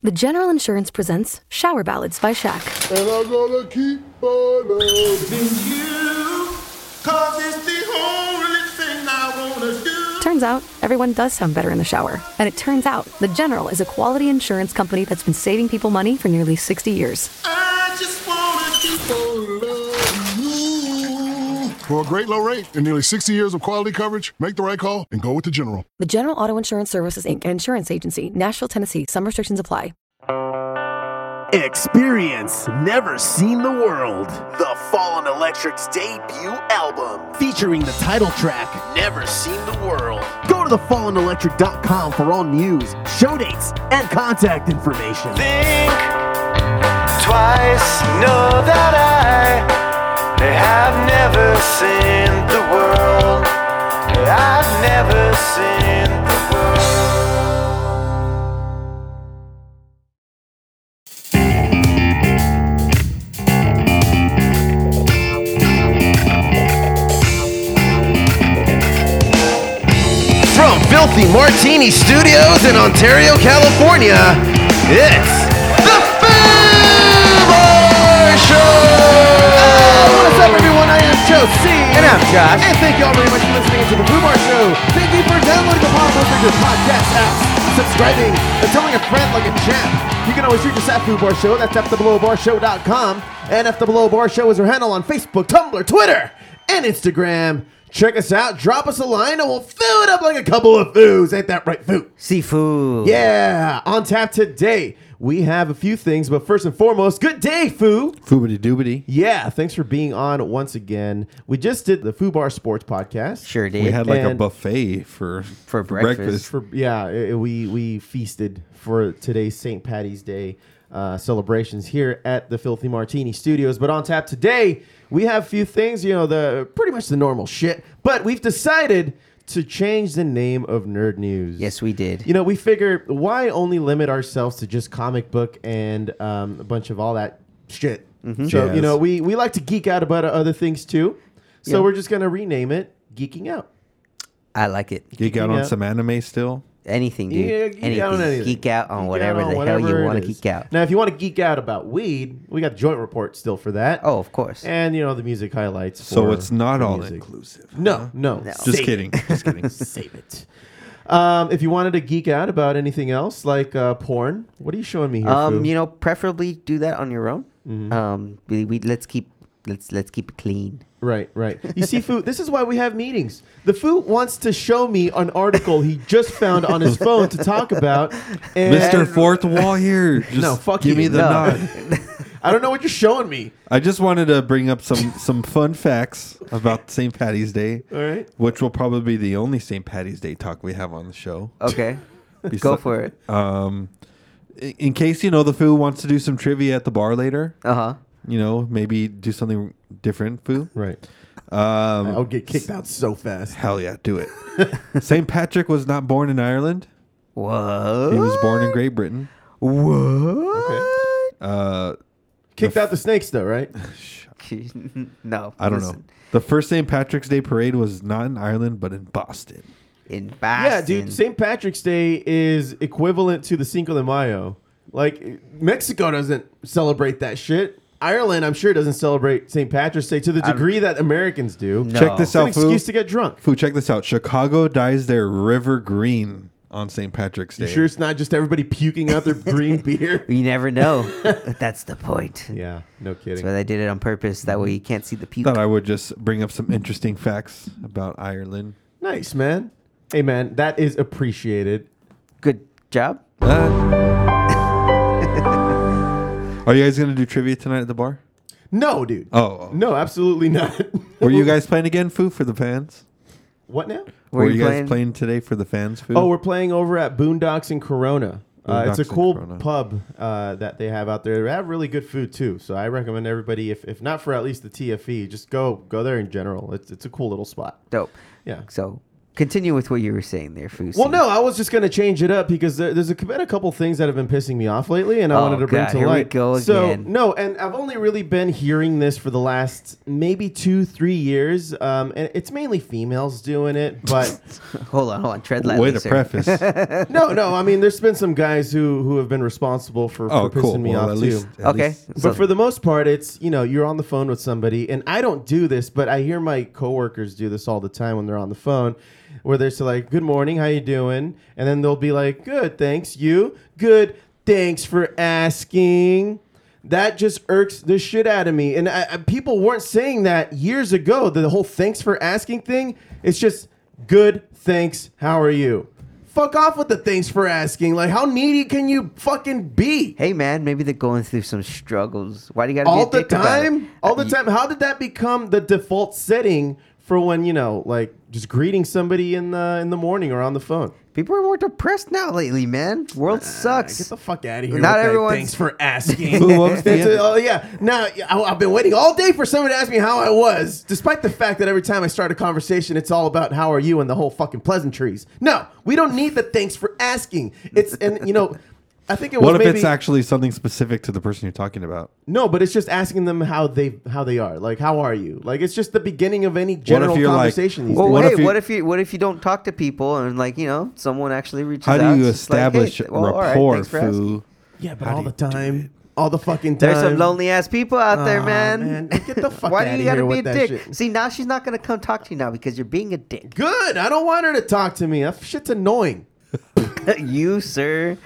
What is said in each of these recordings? The General Insurance presents Shower Ballads by Shaq. And I'm gonna keep on loving. you. Cause it's the only thing I wanna do. Turns out, everyone does sound better in the shower. And it turns out, The General is a quality insurance company that's been saving people money for nearly 60 years. I just wanna keep on loving you. For a great low rate and nearly 60 years of quality coverage, make the right call and go with the General. The General Auto Insurance Services, Inc., an insurance agency, Nashville, Tennessee. Some restrictions apply. Experience Never Seen the World, The Fallen Electric's debut album. featuring the title track. Never seen the world. Go to thefallenelectric.com for all news, show dates, and contact information. think twice. Know that I they have never seen the world. I've never seen the world. From Filthy Martini Studios in Ontario, California, it's the Fibber Show! What is up, everyone? I am Joe C. And I'm Josh. And thank you all very much for listening to the Fibber Show. Thank you for downloading the Pop Culture Group podcast app, subscribing, and telling a friend like a champ. You can always reach us at Food Bar Show. That's ftheblowbarshow.com. And F the Below Bar Show is our handle on Facebook, Tumblr, Twitter, and Instagram. Check us out. Drop us a line and we'll fill it up like a couple of foos. Ain't that right, foo? Seafood. Yeah, on tap today. We have a few things, but first and foremost, good day, Foo. Foobity doobity. Yeah, thanks for being on once again. We just did the Foo Bar Sports podcast. Sure did. We had like a And- buffet for For breakfast. For yeah, i- we we feasted for today's St. Patty's Day uh, celebrations here at the Filthy Martini Studios. But on tap today, we have a few things. You know, the pretty much the normal shit. But we've decided to change the name of Nerd News. Yes, we did. You know, we figure why only limit ourselves to just comic book and um, a bunch of all that shit. Mm-hmm. So Jazz. you know, we we like to geek out about other things too. So Yeah. we're just gonna rename it "Geeking Out." I like it. Geek out on Yeah. some anime still. Anything, dude. Yeah, anything. geek out on anything. Geek out on Geek whatever out on the hell whatever you it want to is. geek out. Now, if you want to geek out about weed, we got joint report still for that. Oh, of course. and you know the music highlights. So for- it's not for all music. inclusive. No, no, Just Save kidding. it. Just kidding. Save it. Um, if you wanted to geek out about anything else, like uh, porn, what are you showing me here? Um, Fu? you know, preferably do that on your own. Mm-hmm. Um, we, we let's keep let's let's keep it clean. Right, right. You see, Fu, this is why we have meetings. The Fu wants to show me an article he just found on his phone to talk about. And Mr. Fourth Wall here. Just No, fuck give you. me the No. nod. I don't know what you're showing me. I just wanted to bring up some some fun facts about St. Patty's Day. All right. Which will probably be the only St. Patty's Day talk we have on the show. Okay, go Uh, Besi- for it. Um, i- in case you know the foo wants to do some trivia at the bar later, Uh huh. you know maybe do something different. Foo. Right. Um, I'll get kicked out so fast. Hell yeah, do it. St. Patrick was not born in Ireland. What? He was born in Great Britain. What? Uh, Kicked out the snakes, though, right? no, I don't listen. know. The first St. Patrick's Day parade was not in Ireland, but in Boston. In yeah, Boston. dude. St. Patrick's Day is equivalent to the Cinco de Mayo. Like, Mexico doesn't celebrate that shit. Ireland, I'm sure, doesn't celebrate St. Patrick's Day to the degree that Americans do. No. Check this It's an out, foo. excuse to get drunk. Foo, check this out. Chicago dyes their river green on St. Patrick's Day. You sure it's not just everybody puking out their green beer? You never know. That's the point. Yeah, Mm-hmm. no That's kidding. why they did it on purpose. That way you can't see the people. Thought I would just bring up some interesting facts about Ireland. Nice, man. Hey, man, that is appreciated. Good job. Uh. Are you guys gonna do trivia tonight at the bar? No, dude. Oh, oh. No, absolutely not. were you guys playing again, Foo, for the fans? what now? Were, you, guys playing today for the fans, Foo? Oh, we're playing over at Boondocks in Corona. Uh, it's a Boondocks in cool Corona. pub uh, that they have out there. They have really good food too, so I recommend everybody, if, if E, not for at least the TFE, just go go there in general. It's it's a cool little spot. Dope. Yeah. So Continue with what you were saying there, Fousey. Well, no, I was just going to change it up because there, there's a, been a couple things that have been pissing me off lately, and I Oh, wanted to bring God, to here we light. go so again. no, and I've only really been hearing this for the last maybe two, three years, um, and it's mainly females doing it. But Hold on, hold on. Tread lightly, Way to sir. preface. no, no, I mean, there's been some guys who who have been responsible for, Oh, for pissing cool. me Well, off at too. least, at Okay. least- so- But for the most part, it's you know you're on the phone with somebody, and I don't do this, but I hear my coworkers do this all the time when they're on the phone, where they're so like, "Good morning, how you doing?" and then they'll be like, "Good, thanks. You good? Thanks for asking." That just irks the shit out of me, and I, I- people weren't saying that years ago. The whole "thanks for asking" thing, it's just good, thanks, how are you? Fuck off with the thanks for asking. Like, how needy can you fucking be? Hey, man, maybe they're going through some struggles. Why do you got to all be a the dick about it? Uh, time all the time how did that become the default setting for when you know like just greeting somebody in the in the morning or on the phone People are more depressed now lately, man. World sucks. get the fuck out of here Not with that. everyone's- thanks for asking Who owns the It's end? a- oh yeah now I, i've been waiting all day for someone to ask me how i was despite the fact that every time i start a conversation it's all about how are you and the whole fucking pleasantries no we don't need the thanks for asking it's and you know i think it was What if maybe, it's actually something specific to the person you're talking about? No, but it's just asking them how they how they are. Like, how are you? Like, it's just the beginning of any general you're like- conversation. these Well, days. What hey, if you- what if you what if you don't talk to people and like you know someone actually reaches How out? do you it's just like, hey, establish th- well, all right, rapport, thanks for asking. foo? yeah, but how all do the you do time, all the fucking time. There's some lonely ass people out there, Aw, man. man. Get the fuck Why outta do you gotta here be with a that dick? shit. See, now she's not gonna come talk to you now because you're being a dick. Good. I don't want her to talk to me. That shit's annoying. you, sir,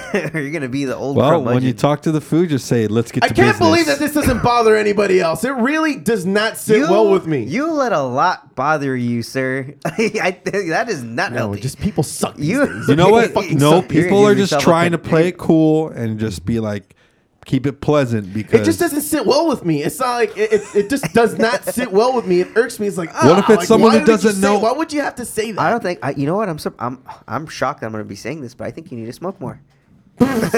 you're gonna be the old. Well, when curmudgeon. you talk to the food, just say, "Let's get." I to can't believe that business." this doesn't bother anybody else. It really does not sit You- well with me. You let a lot bother you, sir. I, think that is not no, healthy. just people suck. these You- days. You know People what? fucking No, suck. You're people gonna are give just yourself a trying to good play name. it cool and just be like, keep it pleasant because It just doesn't sit well with me. It's not like it, it, it just does not sit well with me. It irks me. It's like, ah, What if it's like, someone why who would you doesn't say- know- Why would you have to say that? I don't think I, you know what I'm. Sur- I'm I'm shocked. I'm going to be saying this, but I think you need to smoke more. Is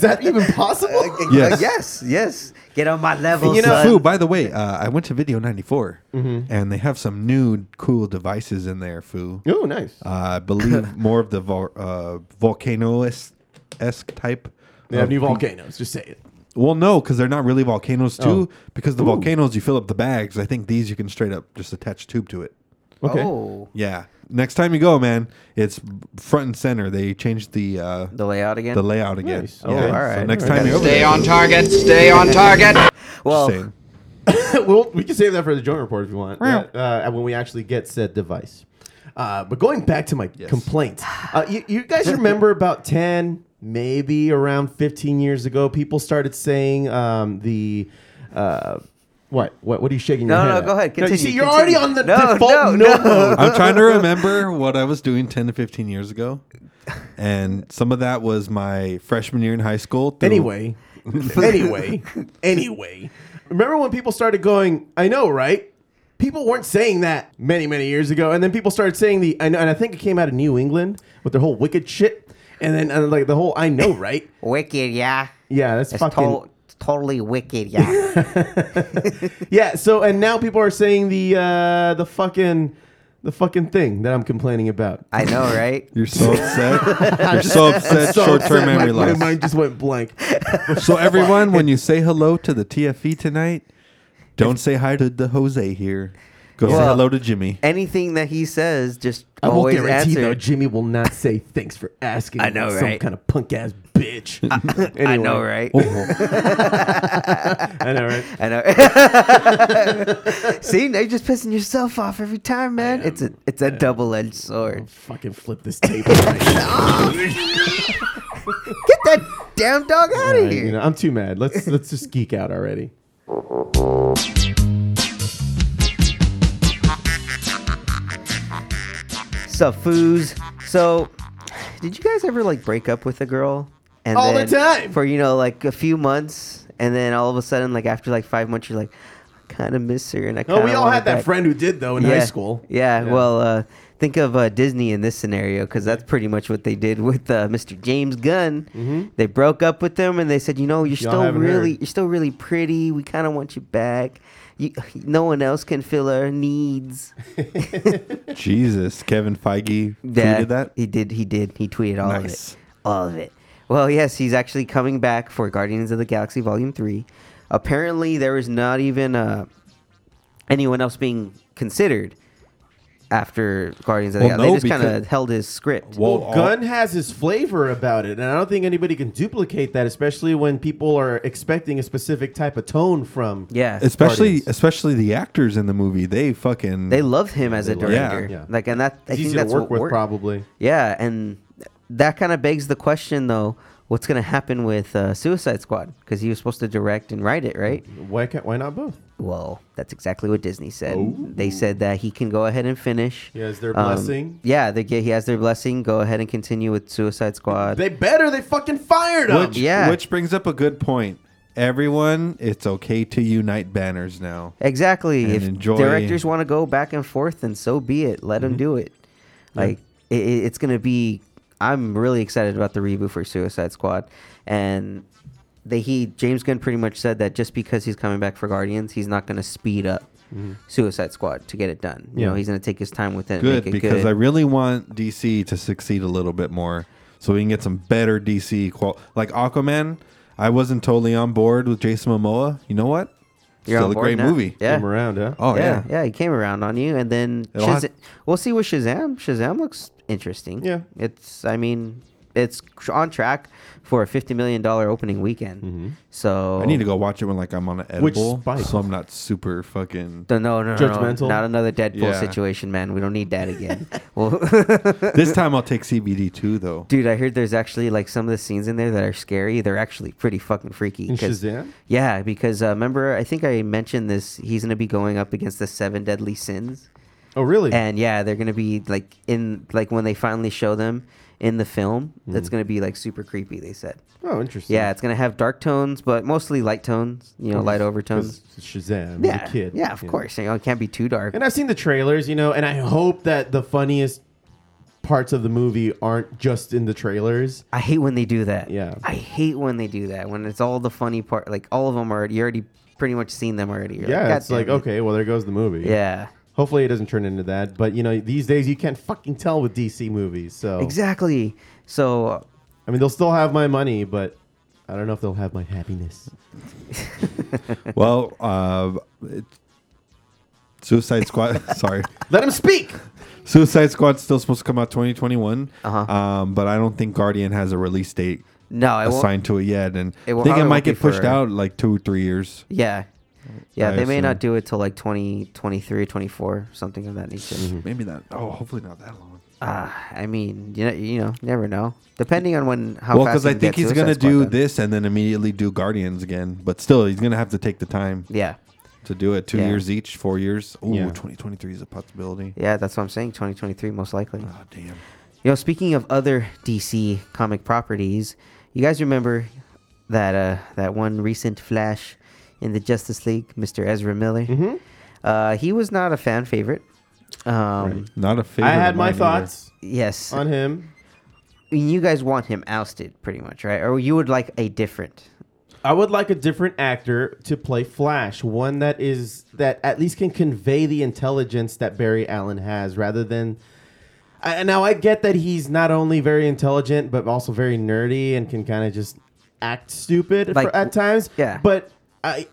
that even possible? Yes. Uh, yes, yes. Get on my level, You you know, son. Foo, by the way, uh, I went to Video 94 Mm-hmm. and they have some new cool devices in there, Foo. Oh, nice. Uh, I believe more of the vol- uh, volcano esque type. They have of- new volcanoes. Just say it. Well, no, because they're not really volcanoes, Oh. too. Because the volcanoes, you fill up the bags. I think these you can straight up just attach tube to it. Okay. Oh, Yeah. Next time you go, man, it's front and center. They changed the uh, the layout again. the layout again. Nice. Yeah. Okay. all right. So next All time right. you're over there, on target. Stay on target. well, just saying. well, we can save that for the joint report if you want. Uh, uh, when we actually get said device. Uh, but going back to my complaints, uh, you, you guys remember about 10, maybe around 15 years ago, people started saying um, the. Uh, what? What? What are you shaking your No, head? no, at? go ahead, you continue, see, you're already continue. on the No, default no, no. no. mode. I'm trying to remember what I was doing 10 to 15 years ago. And some of that was my freshman year in high school. through- Anyway, anyway, anyway. Remember when people started going, I know, right? People weren't saying that many, many years ago. And then people started saying the, I know, and I think it came out of New England with their whole wicked shit. And then uh, like the whole, I know, right? wicked, yeah. Yeah, that's It's fucking. to- totally wicked, yeah. Yeah, so, and now people are saying the, uh, the fucking, the fucking thing that I'm complaining about. I know, right? You're so upset. You're so upset. So Short upset, term my- memory My loss. mind just went blank. So, everyone, when you say hello to the TFE tonight, don't say hi to the Jose here. Go say Well- hello to Jimmy. Anything that he says, just I will always guarantee answer. though, Jimmy will not say thanks for asking. I know, like Some right? kind of punk ass bitch. I Anyway. know, right? I know, right? I know. See, now you're just pissing yourself off every time, man. It's a it's a double edged sword. Fucking flip this tape. right. Get that damn dog out of here. you know, I'm too mad. Let's let's just geek out already. So foos. So, did you guys ever like break up with a girl? And All the time. for you know like a few months, and then all of a sudden, like after like five months, you're like, I kind of miss her, and I. Oh, kinda we all want her had that back." friend who did though in yeah. high school. Yeah. Well, uh, think of uh, Disney in this scenario because that's pretty much what they did with uh, Mr. James Gunn. They broke up with him and they said, you know, you're Mm-hmm. Y'all still haven't really, heard. you're still really pretty. We kind of want you back. You, no one else can fill our needs. Jesus, Kevin Feige Yeah, tweeted that. He did. He did. He tweeted all Nice. of it. All of it. Well, yes, he's actually coming back for Guardians of the Galaxy Volume Three. Apparently, there is not even uh, anyone else being considered after Guardians of the Well, Galaxy. no, they just kind of because- held his script. Well, Well, all- Gunn has his flavor about it, and I don't think anybody can duplicate that, especially when people are expecting a specific type of tone from. yeah, especially Guardians. especially the actors in the movie. They fucking they loved him as a loved him. director. Yeah. Yeah. Like, and that I It's think easy to that's work what with, worked. probably. Yeah, and that kind of begs the question though. What's going to happen with uh, Suicide Squad? Because he was supposed to direct and write it, right? Why can't? Why not both? Well, that's exactly what Disney said. They said that he can go ahead and finish. He has their Um, blessing. yeah, they get, he has their blessing. Go ahead and continue with Suicide Squad. They better. They fucking fired him. Which, Yeah. which brings up a good point. Everyone, it's okay to unite banners now. exactly. And If enjoy- directors want to go back and forth, then so be it. Let Mm-hmm. them do it. Like i i- it's gonna be. I'm really excited about the reboot for Suicide Squad, and they he James Gunn pretty much said that just because he's coming back for Guardians, he's not gonna speed up Suicide Squad to get it done. You know, Mm-hmm. Yeah. he's gonna take his time with it. and Good, make it because good. I really want DC to succeed a little bit more, so we can get some better DC qual. Like Aquaman, I wasn't totally on board with Jason Momoa. You know what? You're Still on a board great now? movie. Yeah. Came around, huh? Oh yeah, yeah. yeah, he came around on you, and then It'll have- Shaza- we'll see with Shazam. Shazam looks interesting. Yeah. it's I mean, it's tr- on track for a fifty million dollar opening weekend. So Mm-hmm. I need to go watch it when like I'm on an Which edible, spike? so I'm not super fucking. No, no, no, no, Judgmental? not another Deadpool Yeah. situation, man. We don't need that again. well, this time I'll take CBD too, though. dude, I heard there's actually like some of the scenes in there that are scary. They're actually pretty fucking freaky. In 'cause- Shazam? Yeah, because uh, remember, I think I mentioned this. He's gonna be going up against the seven deadly sins. Oh, really? and yeah they're gonna be like in like when they finally show them in the film that's Mm-hmm. gonna be like super creepy they said oh, interesting. yeah it's gonna have dark tones but mostly light tones you know light overtones 'Cause Shazam. yeah Yeah. A kid. yeah of course you know it can't be too dark And I've seen the trailers, you know, and I hope that the funniest parts of the movie aren't just in the trailers. i hate when they do that Yeah. i hate when they do that when it's all the funny part like all of them are you already pretty much seen them already You're Yeah, "God it's like damn it." okay, well there goes the movie. yeah Hopefully it doesn't turn into that, but you know these days you can't fucking tell with DC movies. So exactly so I mean they'll still have my money, but I don't know if they'll have my happiness. Well, uh, it, Suicide Squad. sorry, Let him speak. Suicide Squad's still supposed to come out 2021, Uh-huh. um, but I don't think Guardian has a release date no i won't assigned to it yet, and It will- I think probably it won't might be get pushed for- out like two, three years. yeah yeah I they may assume. not do it till like 20 23 24 something of that nature Mm-hmm. Maybe not. Oh, hopefully not that long. Ah, I mean, you know, you know, never know. Depending on when how well, fast because they I can think get he's Suicide gonna Squad do done. this and then immediately do Guardians again, but still, he's gonna have to take the time Yeah, to do it. Two Yeah. years each, four years. Ooh, Yeah. 2023 is a possibility. yeah, that's what I'm saying. 2023, most likely. Oh, damn. Yo, speaking of other DC comic properties, you guys remember that uh, that one recent Flash in the Justice League, Mister Ezra Miller? Mm-hmm. Uh, he was not a fan favorite. Um, Not a favorite. I of had my mine either. thoughts Yes, on him. I mean, you guys want him ousted, pretty much, right? Or you would like a different. I would like a different actor to play Flash, one that is that at least can convey the intelligence that Barry Allen has, rather than. I, and now I get that he's not only very intelligent but also very nerdy and can kind of just act stupid Like, for, at times. yeah. but I.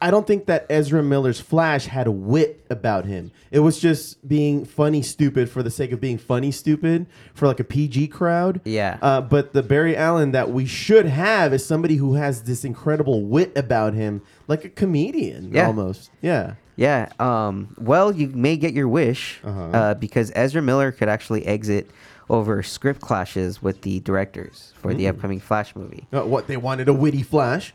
I don't think that Ezra Miller's Flash had a wit about him. It was just being funny, stupid for the sake of being funny, stupid for like a PG crowd. Yeah. Uh, but the Barry Allen that we should have is somebody who has this incredible wit about him, like a comedian Yeah. almost. Yeah. Yeah. Um, well, you may get your wish uh because Ezra Miller could actually exit over script clashes with the directors for the upcoming Flash movie. Uh, what they wanted a witty flash.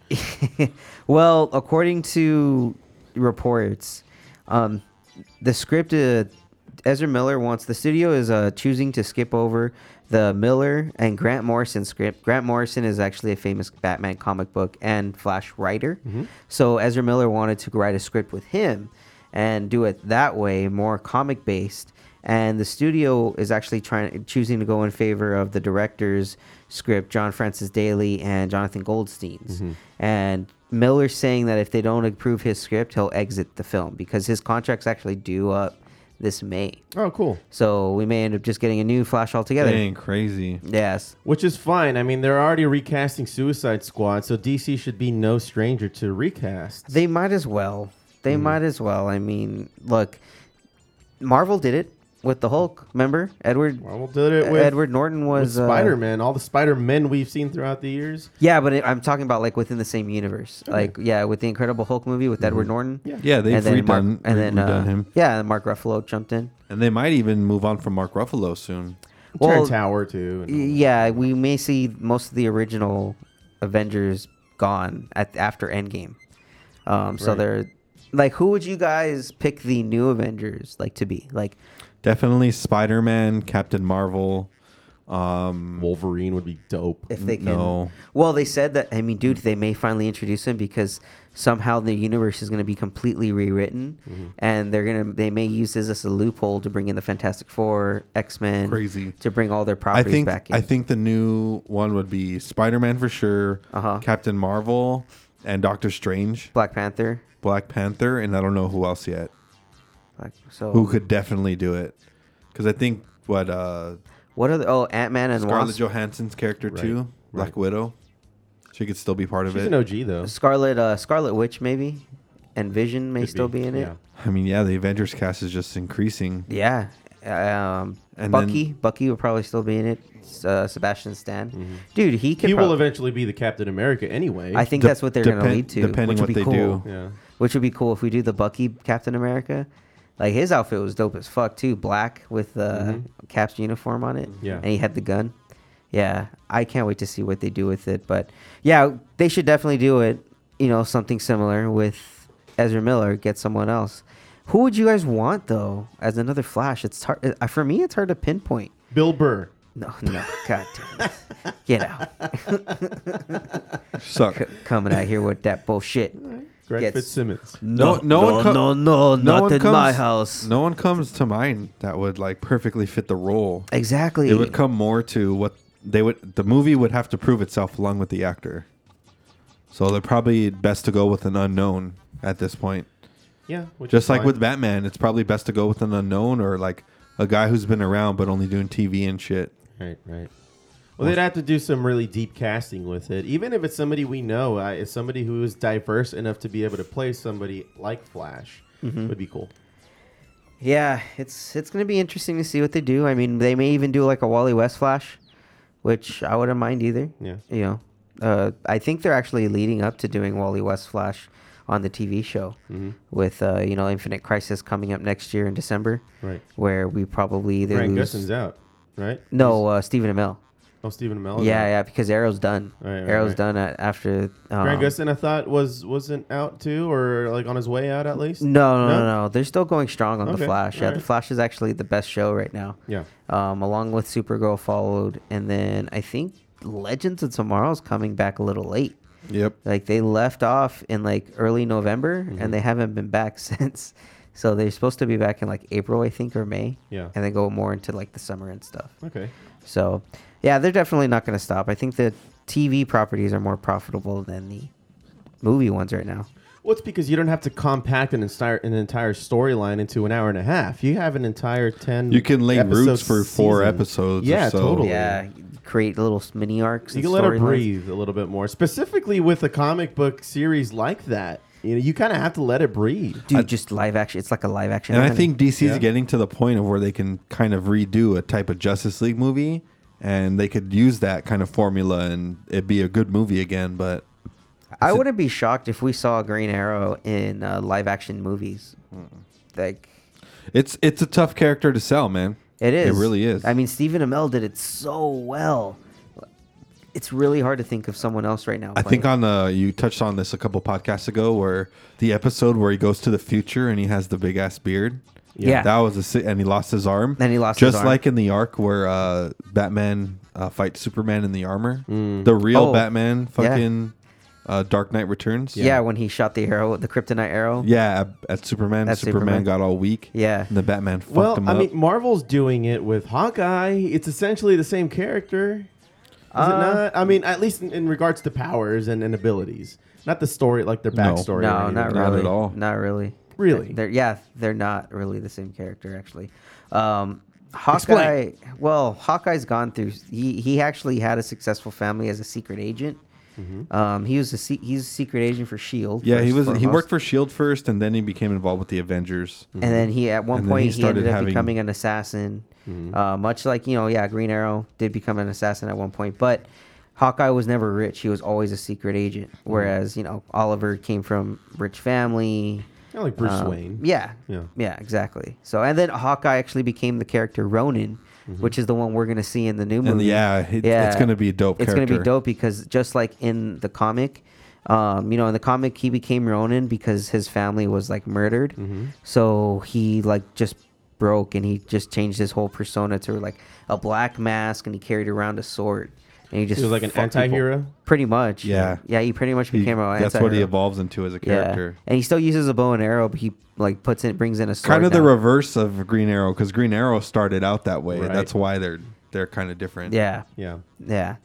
well, according to reports, um, the script uh, Ezra Miller wants the studio is uh, choosing to skip over the Miller and Grant Morrison script. Grant Morrison is actually a famous Batman comic book and Flash writer, so Ezra Miller wanted to write a script with him and do it that way, more comic based. And the studio is actually trying choosing to go in favor of the directors' script, John Francis Daly and Jonathan Goldstein's. And Miller saying that if they don't approve his script, he'll exit the film because his contract's actually due up this May. Oh, cool. So we may end up just getting a new Flash altogether. Dang, crazy. Yes. Which is fine. I mean, they're already recasting Suicide Squad, so DC should be no stranger to recasts. They might as well. They might as well. I mean, look, Marvel did it with the Hulk. Remember, Edward Marvel did it with Edward Norton was uh, Spider Man. All the Spider Men we've seen throughout the years. yeah, but it, I'm talking about like within the same universe. Like yeah, with the Incredible Hulk movie with Edward Norton. Yeah, Mm-hmm. they've and then Mark, redone- and then redone uh, him. Yeah, and Mark Ruffalo jumped in. And they might even move on from Mark Ruffalo soon. Well, Turn Tower too. y- yeah, we may see most of the original Avengers gone at after Endgame. Um, so Right. they're like, who would you guys pick the new Avengers like to be? Like, Definitely Spider Man, Captain Marvel. Wolverine would be dope. if they can. No. Well, they said that. I mean, dude, they may finally introduce him because somehow the universe is going to be completely rewritten, Mm-hmm. and they're gonna they may use this as a loophole to bring in the Fantastic Four, X Men, Crazy. to bring all their I properties think back in. I think the new one would be Spider Man for sure, Uh-huh. Captain Marvel, and Doctor Strange, Black Panther. Black Panther, and I don't know who else yet. Like, so Who could definitely do it? Because I think what uh, what are the oh Ant Man and Scarlett Wasp? Johansson's character too, Black right. Widow, she could still be part of She's an it. OG though. Scarlet uh, Scarlet Witch maybe, and Vision may Could still be, in it. yeah. I mean, yeah, the Avengers cast is just increasing. Yeah. Um, And Bucky, then- Bucky will probably still be in it. S- Uh, Sebastian Stan, Mm-hmm. dude, he could. He will prob- eventually be the Captain America anyway. I think Dep- that's what they're going to depend- lead to. depending which would what be they cool. do. Yeah. Which would be cool if we do the Bucky Captain America. Like his outfit was dope as fuck too, black with the Cap's uniform on it. Mm-hmm. Yeah. and he had the gun. Yeah, I can't wait to see what they do with it. But yeah, they should definitely do it. You know, something similar with Ezra Miller. Get someone else. Who would you guys want though as another Flash? It's hard uh, for me. It's hard to pinpoint. Bill Burr. No, no, god damn it. Get out. Suck. C- coming out here with that bullshit. Greg Gets- Fitzsimmons. No, no, one co- no, no, no not one in comes- my house. No one comes to mind that would like perfectly fit the role. Exactly. It would come more to what they would. The movie would have to prove itself along with the actor. So they're probably best to go with an unknown at this point. Yeah. which Just is like fine. with Batman, it's probably best to go with an unknown or like a guy who's been around but only doing TV and shit. Right, right. Well, they'd have to do some really deep casting with it. Even if it's somebody we know, uh, it's somebody who is diverse enough to be able to play somebody like Flash Mm-hmm. would be cool. Yeah, it's it's gonna be interesting to see what they do. I mean, they may even do like a Wally West Flash, which I wouldn't mind either. Yeah. You know, uh, I think they're actually leading up to doing Wally West Flash on the TV show with uh, you know Infinite Crisis coming up next year in December. Right. Where we probably either Ryan lose. Gustin's out, right? no, uh, Stephen Amell. Oh, Stephen Amell. yeah, yeah, because Arrow's done. Right, right, Arrow's right. done at, after. Um, Grant Gustin, I thought was wasn't out too, or like on his way out at least. No, no, no, No? no. They're still going strong on Okay, the Flash. Yeah, the alright. Flash is actually the best show right now. Yeah. Um, along with Supergirl followed, and then I think Legends of Tomorrow's coming back a little late. Yep. Like they left off in like early November, Mm-hmm. and they haven't been back since. So they're supposed to be back in like April, I think, or May. Yeah. And then go more into like the summer and stuff. Okay. So, yeah, they're definitely not going to stop. I think the TV properties are more profitable than the movie ones right now. Well, it's because you don't have to compact an entire an entire storyline into an hour and a half. You have an entire ten. You can lay episode roots for four season. episodes or Yeah, so. totally. Yeah, create little s- mini arcs. You and can let her storylines. breathe a little bit more, specifically with a comic book series like that. You know, you kind of have to let it breathe. dude. just live action. It's like a live action. And I anime. think DC's Yeah. getting to the point of where they can kind of redo a type of Justice League movie and they could use that kind of formula and it'd be a good movie again, but I wouldn't be shocked if we saw Green Arrow in uh, live action movies. Like it's it's a tough character to sell, man. it is. It really is. I mean, Stephen Amell did it so well. It's really hard to think of someone else right now. I playing think it. on uh you touched on this a couple podcasts ago where the episode where he goes to the future and he has the big ass beard. Yeah. That was a si- and he lost his arm. And he lost his just arm. like in the arc where uh Batman uh, fights Superman in the armor. The real Oh. Batman Yeah. fucking uh, Dark Knight Returns. yeah. when he shot the arrow, the kryptonite arrow. Yeah, at, at Superman, At Superman, Superman. got all weak. Yeah. and the Batman fucked Well, him I up. mean, Marvel's doing it with Hawkeye. It's essentially the same character. Is it Uh, not? I mean, at least in, in regards to powers and, and abilities, not the story, like their backstory. or No, anything. not really. Not at all. Not really. Really? They're, yeah, they're not really the same character actually. Um, Hawkeye. Well, Hawkeye's gone through. He he actually had a successful family as a secret agent. Um, he was a se- he's a secret agent for Shield. Mm-hmm. Yeah, he E first was. and He foremost. worked for Shield E first, and then he became involved with the Avengers. And then he, at one And then point, he he, started ended up having- Mm-hmm. becoming an assassin. Uh, much like you know, yeah, Green Arrow did become an assassin at one point, but Hawkeye was never rich. He was always a secret agent. Mm-hmm. Whereas you know, Oliver came from rich family. Kinda like Bruce Um, Wayne. Yeah. Yeah. Yeah. Exactly. So, and then Hawkeye actually became the character Ronin, which is the one we're gonna see in the new movie. Mm-hmm. And yeah, it- it's gonna be a dope It's gonna be character. dope because just like in the comic, um, you know, in the comic he became Ronin because his family was like murdered, Mm-hmm. so he like just broke and he just changed his whole persona to like a black mask and he carried around a sword and he just was like an fucked people. anti-hero? pretty much. Yeah. yeah, he pretty much He- became a. that's what he anti-hero. evolves into as a character. Yeah. And he still uses a bow and arrow, but he like puts it brings in a sword. Kind of the now. reverse of Green Arrow, because Green Arrow started out that way. Right. That's why they're they're kind of different. Yeah. Yeah. Yeah.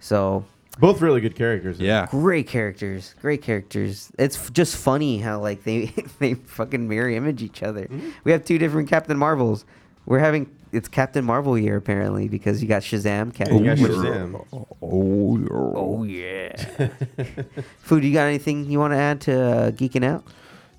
So Both really good characters. yeah. great characters. Great characters. It's f- just funny how like they they fucking mirror image each other. We have two different Captain Marvels. We're having it's Captain Marvel year apparently because you got Shazam, Captain. You guys Marvel. should see them. Oh, yeah. Oh yeah. Food, you got anything you want to add to uh, geeking out?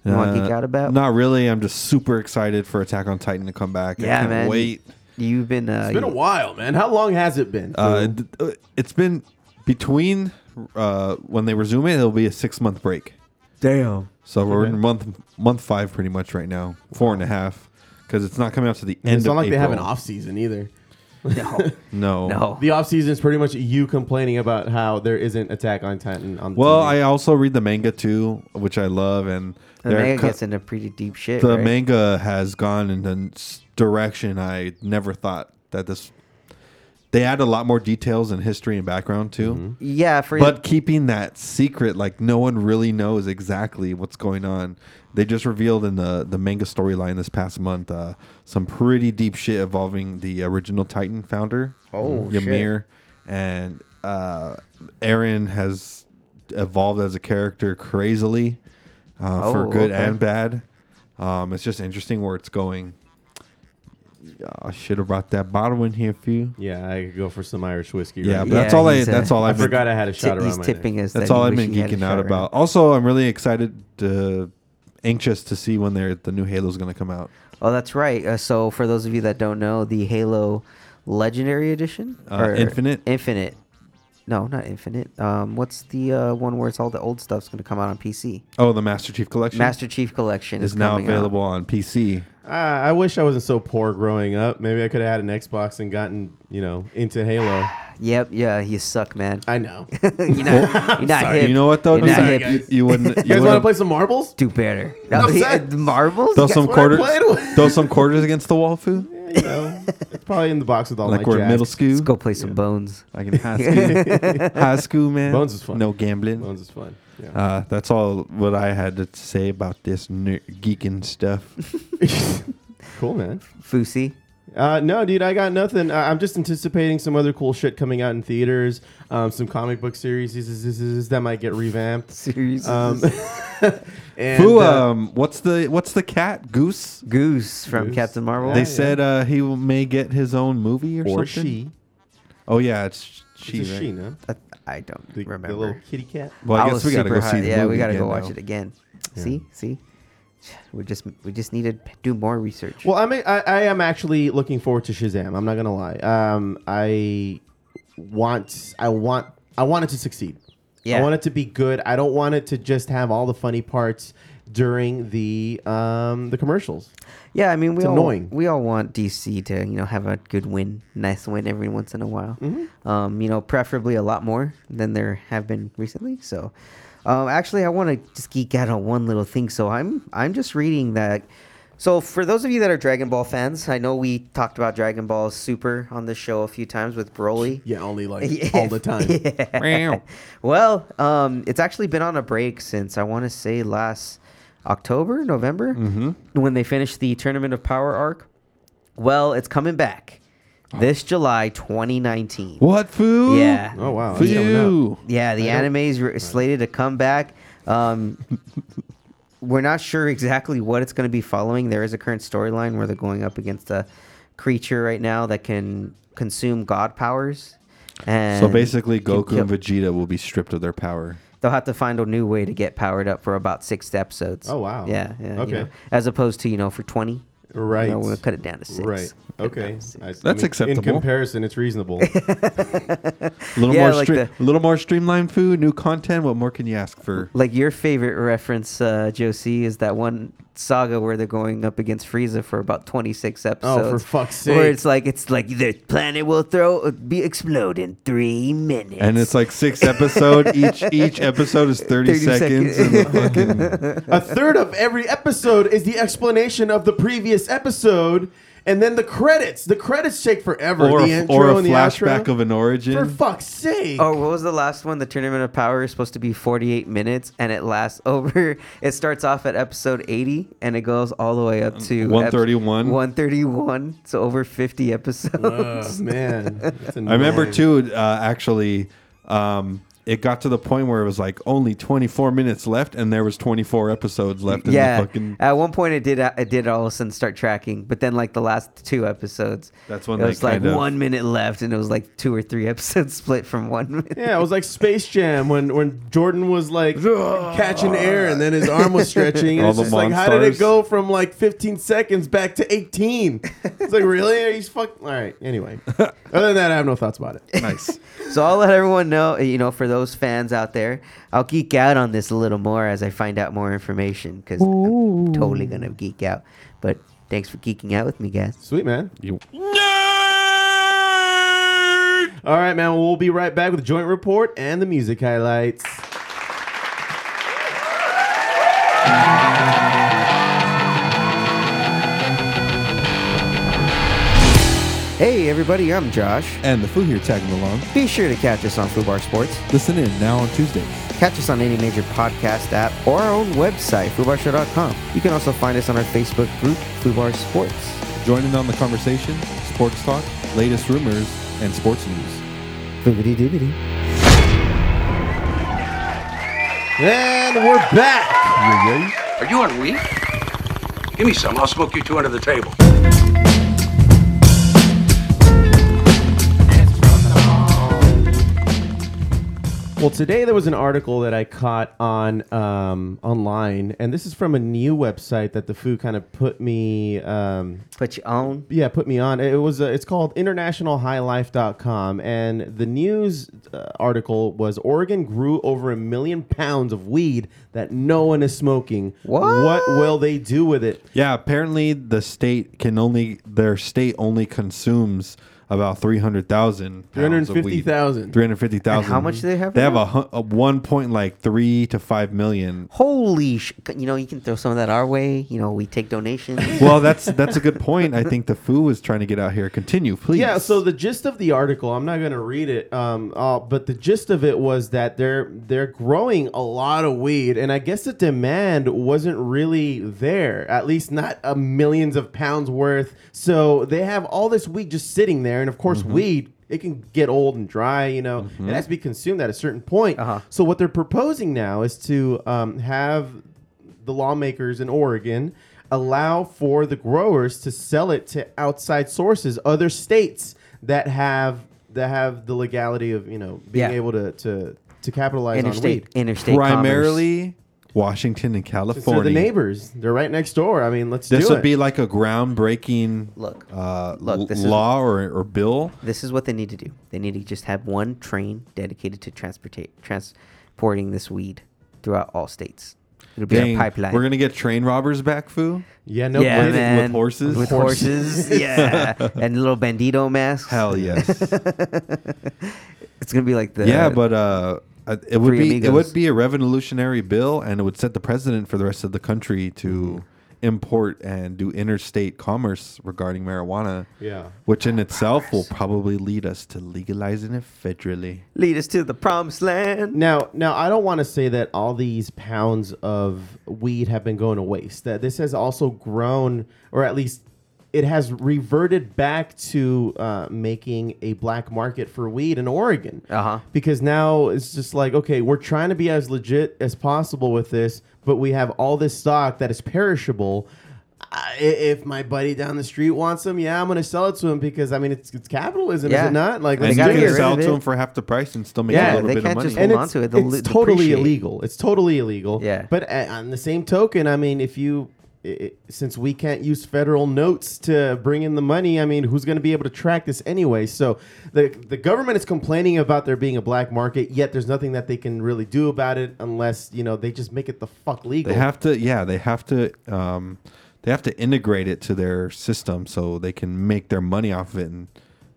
You want to Uh, geek out about? Not really. I'm just super excited for Attack on Titan to come back. I Yeah, can't man. Wait. You've been. Uh, It's been a while, man. How long has it been? Uh, d- uh, it's been between uh, when they resume it. It'll be a six month break. Damn. So we're in month month five pretty much right now, four and a half, because it's not coming out to the end. it's not of like they have an April. off season either. No. No, No. The off season is pretty much you complaining about how there isn't Attack on Titan on. The Well, TV. I also read the manga too, which I love, and The they're manga co- gets into pretty deep shit. the right? manga has gone in a s- direction I never thought that this. They add a lot more details and history and background too, Mm-hmm. Yeah, for but keeping that secret, like no one really knows exactly what's going on. They just revealed in the the manga storyline this past month uh, some pretty deep shit involving the original Titan founder, Oh, shit. Ymir, and uh, Aaron has evolved as a character crazily uh, for Oh, good okay. and bad. Um, it's just interesting where it's going. I should have brought that bottle in here for you. yeah, I could go for some Irish whiskey. right Yeah, but now. that's Yeah, all I. he's, uh, that's all I I've been- forgot I had a shot Ti- around he's my tipping neck. us. That's that he all I've wish been he had a geeking shot out around. about. Also, I'm really excited to anxious to see when they're, the new Halo's going to come out. Oh, that's right. Uh, so, for those of you that don't know, the Halo Legendary Edition Uh, Infinite? Infinite. No, not Infinite. Um, what's the uh, one where it's all the old stuff's going to come out on PC? Oh, the Master Chief collection Master Chief Collection is, is now coming out. available on PC. Ah, I wish I wasn't so poor growing up. Maybe I could have had an Xbox and gotten you know into Halo. Yep. Yeah, you suck, man. I know. you're not. You're not hip. Oh, You know what though? You're dude? not Sorry, hip. guys. you, you wouldn't. You guys wouldn't- want to play some marbles? Do better. sad. Marvels. throw Guys, some what I quarters. played with. Throw some quarters against the wall, foo. You know, it's probably in the box Oh with all like my we're in jazz. middle school. Let's go play some bones. Like in high school. high school, man. Bones is fun. No gambling. Bones is fun. Yeah. Uh, that's all what I had to say about this ner- geeking stuff. Uh, cool, man. Fousey. Uh, no, dude, I got nothing. I- I'm just anticipating some other cool shit coming out in theaters. Um, some comic book series that might get revamped. Series. Um, and, Foo, uh, um, what's the what's the cat goose? Goose from Goose. Captain Marvel. They Oh, Yeah, said uh, he will- may get his own movie or, or something. she. Oh yeah, it's she. She, it's a right? she, no? I- I don't The, the remember. little kitty cat. Well, I, guess was we gotta super go see. high. The yeah, movie we gotta again go watch now. it again. See, see, we just we just need to p- do more research. Well, I'm, I, I am actually looking forward to Shazam. I'm not gonna lie. Um, I want, I want, I want it to succeed. I Yeah. want it to be good. I don't want it to just have all the funny parts during the um the commercials. yeah, I mean, we it's all annoying. we all want DC to you know have a good win, nice win every once in a while. Mm-hmm. Um, you know, preferably a lot more than there have been recently. So, um, actually, I want to just geek out on one little thing. So I'm I'm just reading that. So for those of you that are Dragon Ball fans, I know we talked about Dragon Ball Super on the show a few times with Broly. Yeah, only like Yeah. all the time. well, um, it's actually been on a break since I want to say last October, Mm-hmm. November, when they finished the Tournament of Power arc. Well, it's coming back. Oh. this July 2019. What food? Yeah. Oh wow. For that's coming up. you. Yeah, the anime is re- slated to come back. Um, we're not sure exactly what it's going to be following. There is a current storyline where they're going up against a creature right now that can consume god powers. And So basically, can Goku and kill- Vegeta will be stripped of their power. they'll have to find a new way to get powered up for about six episodes. Oh, wow. Yeah. yeah you Okay. know, as opposed to you know for twenty. Right. You know, we'll cut it down to six. Right. Okay. I- I That's acceptable. In comparison, it's reasonable. A little Yeah, more, like stre- the- a little more streamlined food, new content. What more can you ask for? Like your favorite reference, uh, Josie, is that one saga where they're going up against Frieza for about twenty six episodes. Oh, for fuck's Where sake. it's like it's like the planet will throw be explode in three minutes. And it's like six episode. Each each episode is thirty, 30 seconds. seconds. and fucking- a third of every episode is the explanation of the previous episode, and then the credits. The credits take forever. or, the a, intro or a and the flashback outro. of an origin. For fuck's sake. Oh, what was the last one? The Tournament of Power is supposed to be 48 minutes, and it lasts over. It starts off at episode 80, and it goes all the way up Um, to ep- 131. 131, so over 50 episodes. Oh, man. That's I remember annoying. too. Uh, actually, um, it got to the point where it was like only twenty four minutes left, and there was twenty four episodes left. In yeah. the fucking, At one point, it did. It did all of a sudden start tracking, but then like the last two episodes, That's when it they was like kind of- one minute left, and it was like two or three episodes split from one minute. Yeah, it was like Space Jam when, when Jordan was like catching air and then his arm was stretching. And All it's the just like, how did it Monstars. go from like 15 seconds back to 18? It's like, really? Are you fuck? All right. Anyway, other than that, I have no thoughts about it. nice. So I'll let everyone know, eh, you know, for those fans out there, I'll geek out on this a little more as I find out more information because I'm totally going to geek out. But thanks for geeking out with me, guys. Sweet, man. Nerd! All right, man. We'll be right back with the joint report and the music highlights. Hey, everybody, I'm Josh. And the food here tagging along. Be sure to catch us on Fubar Sports. Listen in now on Tuesdays. Catch us on any major podcast app or our own website, FubarShow.com. You can also find us on our Facebook group, Fubar Sports. Join in on the conversation, sports talk, latest rumors, and sports news. Boobity doobity. And we're back. Are you on weed? Give me some. I'll smoke you two under the table. Well, today there was an article that I caught on um, online, and this is from a new website that the Foo kind of put me um, Put your own. yeah put me on it was uh, it's called internationalhighlife.com and the news uh, article was oregon grew over a million pounds of weed that no one is smoking What? what will they do with it Yeah, apparently the state can only their state only consumes about 300,000 pounds of weed. 350,000. 350,000. And how much do they have They have now? a, hun- a 1 point like 3 to 5 million. Holy sh! You know, you can throw some of that our way. You know, we take donations. Well, that's that's a good point. I think the foo is trying to get out here. Continue, please. Yeah, so the gist of the article, I'm not going to read it, um, uh, but the gist of it was that they're they're growing a lot of weed, and I guess the demand wasn't really there, at least not a millions of pounds worth. So they have all this weed just sitting there, and of course, weed. It can get old and dry, you know. It has to be consumed at a certain point. So what they're proposing now is to um, have the lawmakers in Oregon allow for the growers to sell it to outside sources, other states that have that have the legality of you know being Yeah. able to to to capitalize on interstate, weed. interstate. commerce. primarily Washington and California. They're the neighbors. They're right next door. I mean, let's This do would it. be like a groundbreaking Look, uh, look, this is- law or, or bill. This is what they need to do. They need to just have one train dedicated to transporta- transporting this weed throughout all states. It'll be Dang, a pipeline. We're gonna get train robbers back, foo. yeah, no yeah, kidding. man. With horses? With horses. yeah. And little bandito masks. Hell yes. It's going to be like the. yeah, but uh, uh, it would Three be it amigos. would be a revolutionary bill, and it would set the precedent for the rest of the country to Mm-hmm. import and do interstate commerce regarding marijuana. Yeah. which in itself will probably lead us to legalizing it federally. Lead us to the promised land. Now, now I don't want to say that all these pounds of weed have been going to waste. That this has also grown, or at least it has reverted back to uh, making a black market for weed in Oregon. Uh-huh. Because now it's just like, okay, we're trying to be as legit as possible with this, but we have all this stock that is perishable. I- i- If my buddy down the street wants them, yeah, I'm going to sell it to him because I mean it's, it's capitalism, is Yeah. it not? Like They And let's gotta you do get it. can rid sell of to it. them for half the price and still make Yeah, a little they bit of can't money. just hold on to it. They'll it's lo- totally depreciate. illegal. It's totally illegal. Yeah. But uh, on the same token, I mean, if you i i- since we can't use federal notes to bring in the money, I mean, who's going to be able to track this anyway? So the the government is complaining about there being a black market, yet there's nothing that they can really do about it unless you know they just make it the fuck legal. They have to, yeah, they have to, um, they have to integrate it to their system so they can make their money off of it and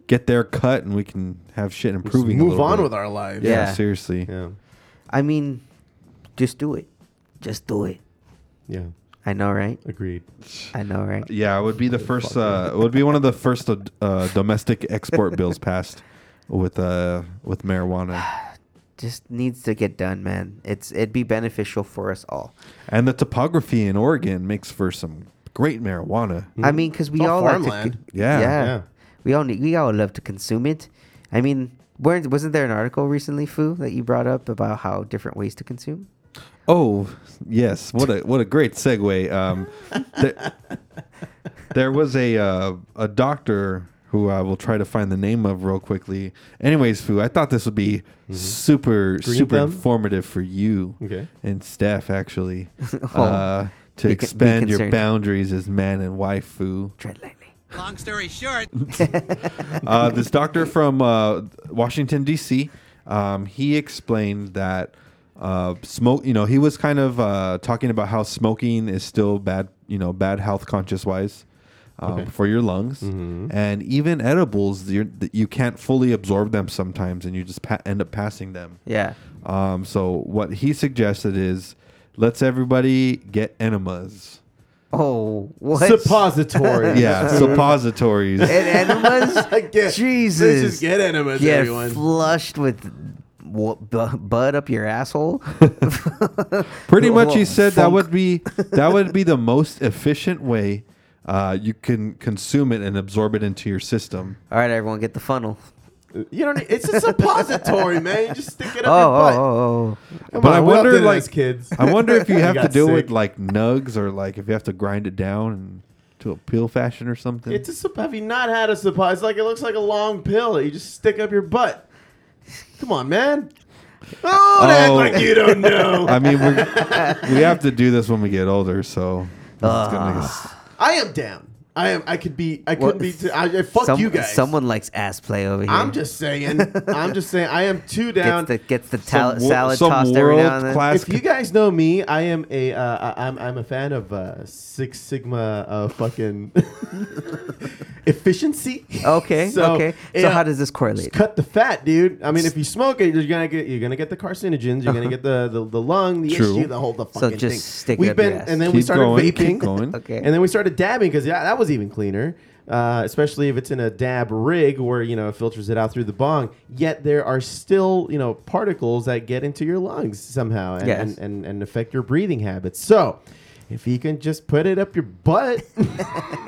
get their cut, and we can have shit improving. a move little on bit. with our lives. yeah, Yeah. seriously. Yeah. I mean, just do it. Just do it. Yeah. I know, right? Agreed. I know, right? Yeah, it would be the first. Uh, it would be one of the first uh, uh, domestic export bills passed with uh, with marijuana, Just needs to get done, man. It's it'd be beneficial for us all. and the topography in Oregon makes for some great marijuana. I mean, because we Mm-hmm. It's all all like to, farmland. Yeah. Yeah. we all need, we all love to consume it. I mean, weren't wasn't there an article recently, Fu, that you brought up about how different ways to consume? Oh yes, what a what a great segue. Um, there, there was a uh, a doctor who I will try to find the name of real quickly. Anyways, Fu, I thought this would be super Mm-hmm. super thumb? informative for you Okay. and Steph actually Oh. uh, to Be con- be expand your concerned. boundaries as man and wife, Fu. Tread lightly. Long story short, uh, this doctor from uh, Washington D.C. Um, he explained that uh, smoke. You know, he was kind of uh, talking about how smoking is still bad. You know, bad health conscious wise. Um, For your lungs, and even edibles, you're, you can't fully absorb them sometimes, and you just pa- end up passing them. Yeah. Um, so what he suggested is, let's everybody get enemas. Oh, what? Suppository. Yeah, suppositories. and enemas? Get- Jesus. Let's just get enemas, Get everyone. flushed with wa- bu- bud up your asshole. Pretty much, he Well, said that funk. would be that would be the most efficient way uh, you can consume it and absorb it into your system. all right, everyone, get the funnel. you don't. Need, it's a suppository, man. You just stick it up Oh, your butt. oh, oh, oh. but on, I we all wonder, did it like as kids. I wonder if you have to got do it with sick. like nugs or like if you have to grind it down and to a pill fashion or something. It's a sup- have you not had a suppository? It's like it looks like a long pill that you just stick up your butt. Come on, man. Oh, Oh. to act like you don't Oh. know. I mean, we're, we have to do this when we get older, so this is gonna make us- I am down. I am. I could be. I Well, couldn't be. Too, I, I- fuck Some- you guys. Someone likes ass play over here. I'm just saying. I'm just saying. I am too down. gets the gets the tal- wo- salad some tossed every now and then. world-class if you guys know me, I am a. Uh, I- I'm. I'm a fan of uh, Six Sigma. Uh, fucking efficiency. Okay, So, okay. So yeah. how does this correlate? Just cut the fat, dude. I mean, if you smoke it, you're gonna get you're gonna get the carcinogens. You're gonna get the the, the lung, the True. issue, the whole the fucking Uh-huh. just thing. stick it We've up your been ass. and then we Keep started going, vaping, keep going. Okay. and then we started dabbing because yeah, that was even cleaner. Uh, especially if it's in a dab rig where you know it filters it out through the bong. Yet there are still you know particles that get into your lungs somehow and Yes. and, and, and affect your breathing habits. So. If you can just put it up your butt,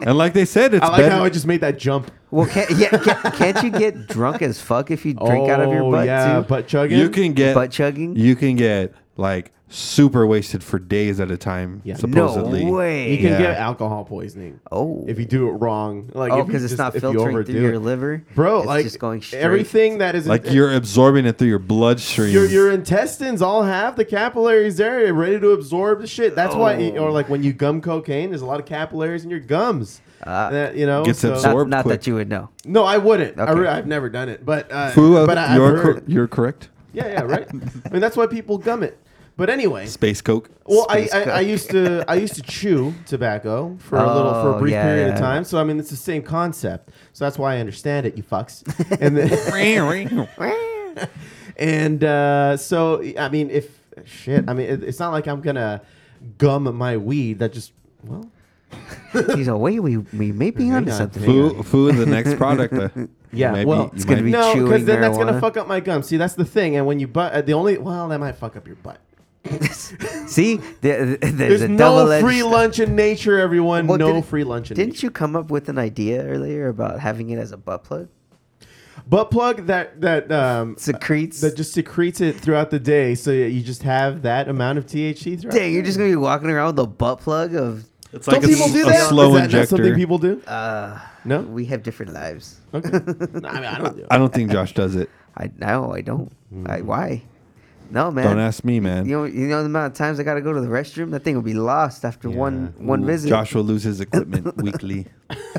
and like they said, it's I like better. how I just made that jump. Well, can't, yeah, can, can't you get drunk as fuck if you drink out of your Oh, butt yeah, too? butt chugging. you can get Butt chugging? You can get like super wasted for days at a time. Yeah. No supposedly. No way. You can Yeah. get alcohol poisoning. Oh. if you do it wrong, like Oh, if you 'cause it's just- not if you filtering overdo through your it. liver? bro. It's like just going straight. everything that is Like you're absorbing it through your bloodstream. Your, your intestines all have the capillaries there ready to absorb the shit. That's why, Oh. or like when you gum cocaine, there's a lot of capillaries in your gums. that, you know, Ah. Gets so- absorbed. not, absorb not quick. that you would know. No, I wouldn't. I Okay. re- I've never done it, but uh, Fu, uh, but I, I've you're, heard- cor- you're correct. yeah, yeah, right. I mean, that's why people gum it. But anyway, Space Coke. Well, I, Space I, I Coke. used to I used to chew tobacco for a little for Oh, a brief yeah, period of yeah. time. So I mean, it's the same concept. So that's why I understand it, you fucks. And then, and uh, so I mean, if shit, I mean, it, it's not like I'm gonna gum my weed. That just well, He's like, wait, we, we may be Hang onto on. something. Foo, Foo is the next product. uh, you Yeah, might be- well, you it's gonna might- be no, chewing because then that's gonna marijuana? uh, fuck up my gum. See, that's the thing. And when you butt, the only well, that might fuck up your butt. See, there, there's, There's a double no free lunch in nature, everyone. Well, no didn't- free lunch in Didn't nature. you come up with an idea earlier about having it as a butt plug? Butt plug that that um Secretes. that just secretes it throughout the day, so you just have that amount of THC throughout. Dang, you're just gonna be walking around with a butt plug of. It's Don't people do a that? slow Is that injector. not something people do? Uh, no, We have different lives. okay. No, I mean I don't do. I don't think Josh does it. I no, I don't. I, Hmm. why? No, man. Don't ask me, man. You know, you know the amount of times I gotta go to the restroom. That thing will be lost after one one visit. Josh will lose his equipment weekly.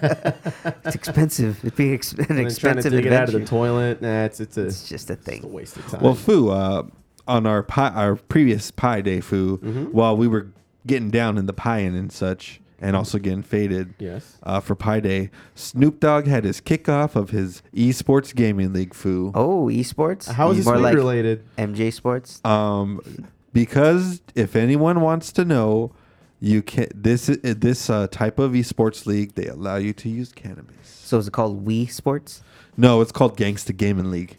It's expensive. It'd be ex- an And then trying to expensive dig it out of the adventure. toilet. Nah, it's it's a, It's just a a thing. waste of time. Well, Foo, uh, on our pie, our previous pie day, Foo, Mm-hmm. while we were getting down in the pie and and such, and also getting faded Yes. uh, for pie day, Snoop Dogg had his kickoff of his esports gaming league, Foo. Oh, esports. How is this Uh. More weed like related? MJ Sports. Um, because if anyone wants to know, you can this i- this uh, type of esports league they allow you to use cannabis. so is it called Wii Sports? No, it's called Gangsta Gaming League.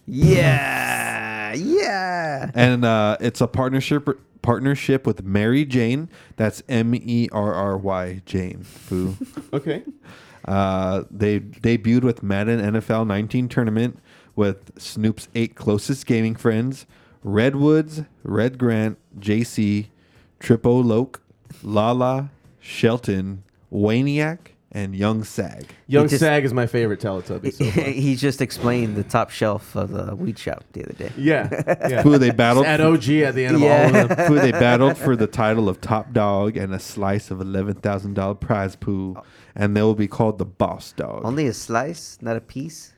Yeah, yeah. and uh, it's a partnership partnership with Mary Jane. That's M E R R Y Jane. Foo. Okay. uh, they debuted with Madden NFL 19 tournament with Snoop's eight closest gaming friends: Redwoods, Red Grant, JC, Tripo Loke, Lala, Shelton, Waniac, and Young Sag. Young just- Sag is my favorite Teletubby so far. he just explained the top shelf of the weed shop the other day. Yeah. yeah. Who they battled? At OG at the end of all of Yeah. them. who they battled for the title of top dog and a slice of eleven thousand dollar prize pool, and they will be called the boss dog. Only a slice, not a piece.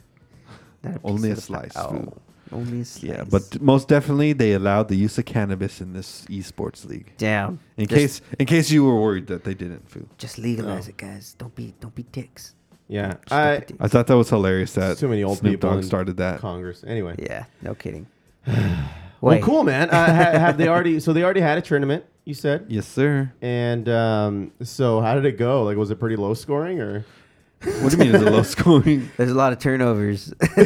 Not a piece Only of a the pie. slice, Oh, fool. only a slice. yeah, but most definitely they allowed the use of cannabis in this esports league. damn. In Just- case, in case you were worried that they didn't, foo. just legalize Oh. it, guys. Don't be, don't be dicks. Yeah. I, I thought that was hilarious that too many old Snoop people Dogg in started that. Congress. Anyway. Yeah, no kidding. Well, Wait, cool, man. Uh, ha- have they already? So they already had a tournament. You said. Yes, sir. And um, so, how did it go? Like, was it pretty low scoring, or What do you mean it's a low scoring? There's a lot of turnovers.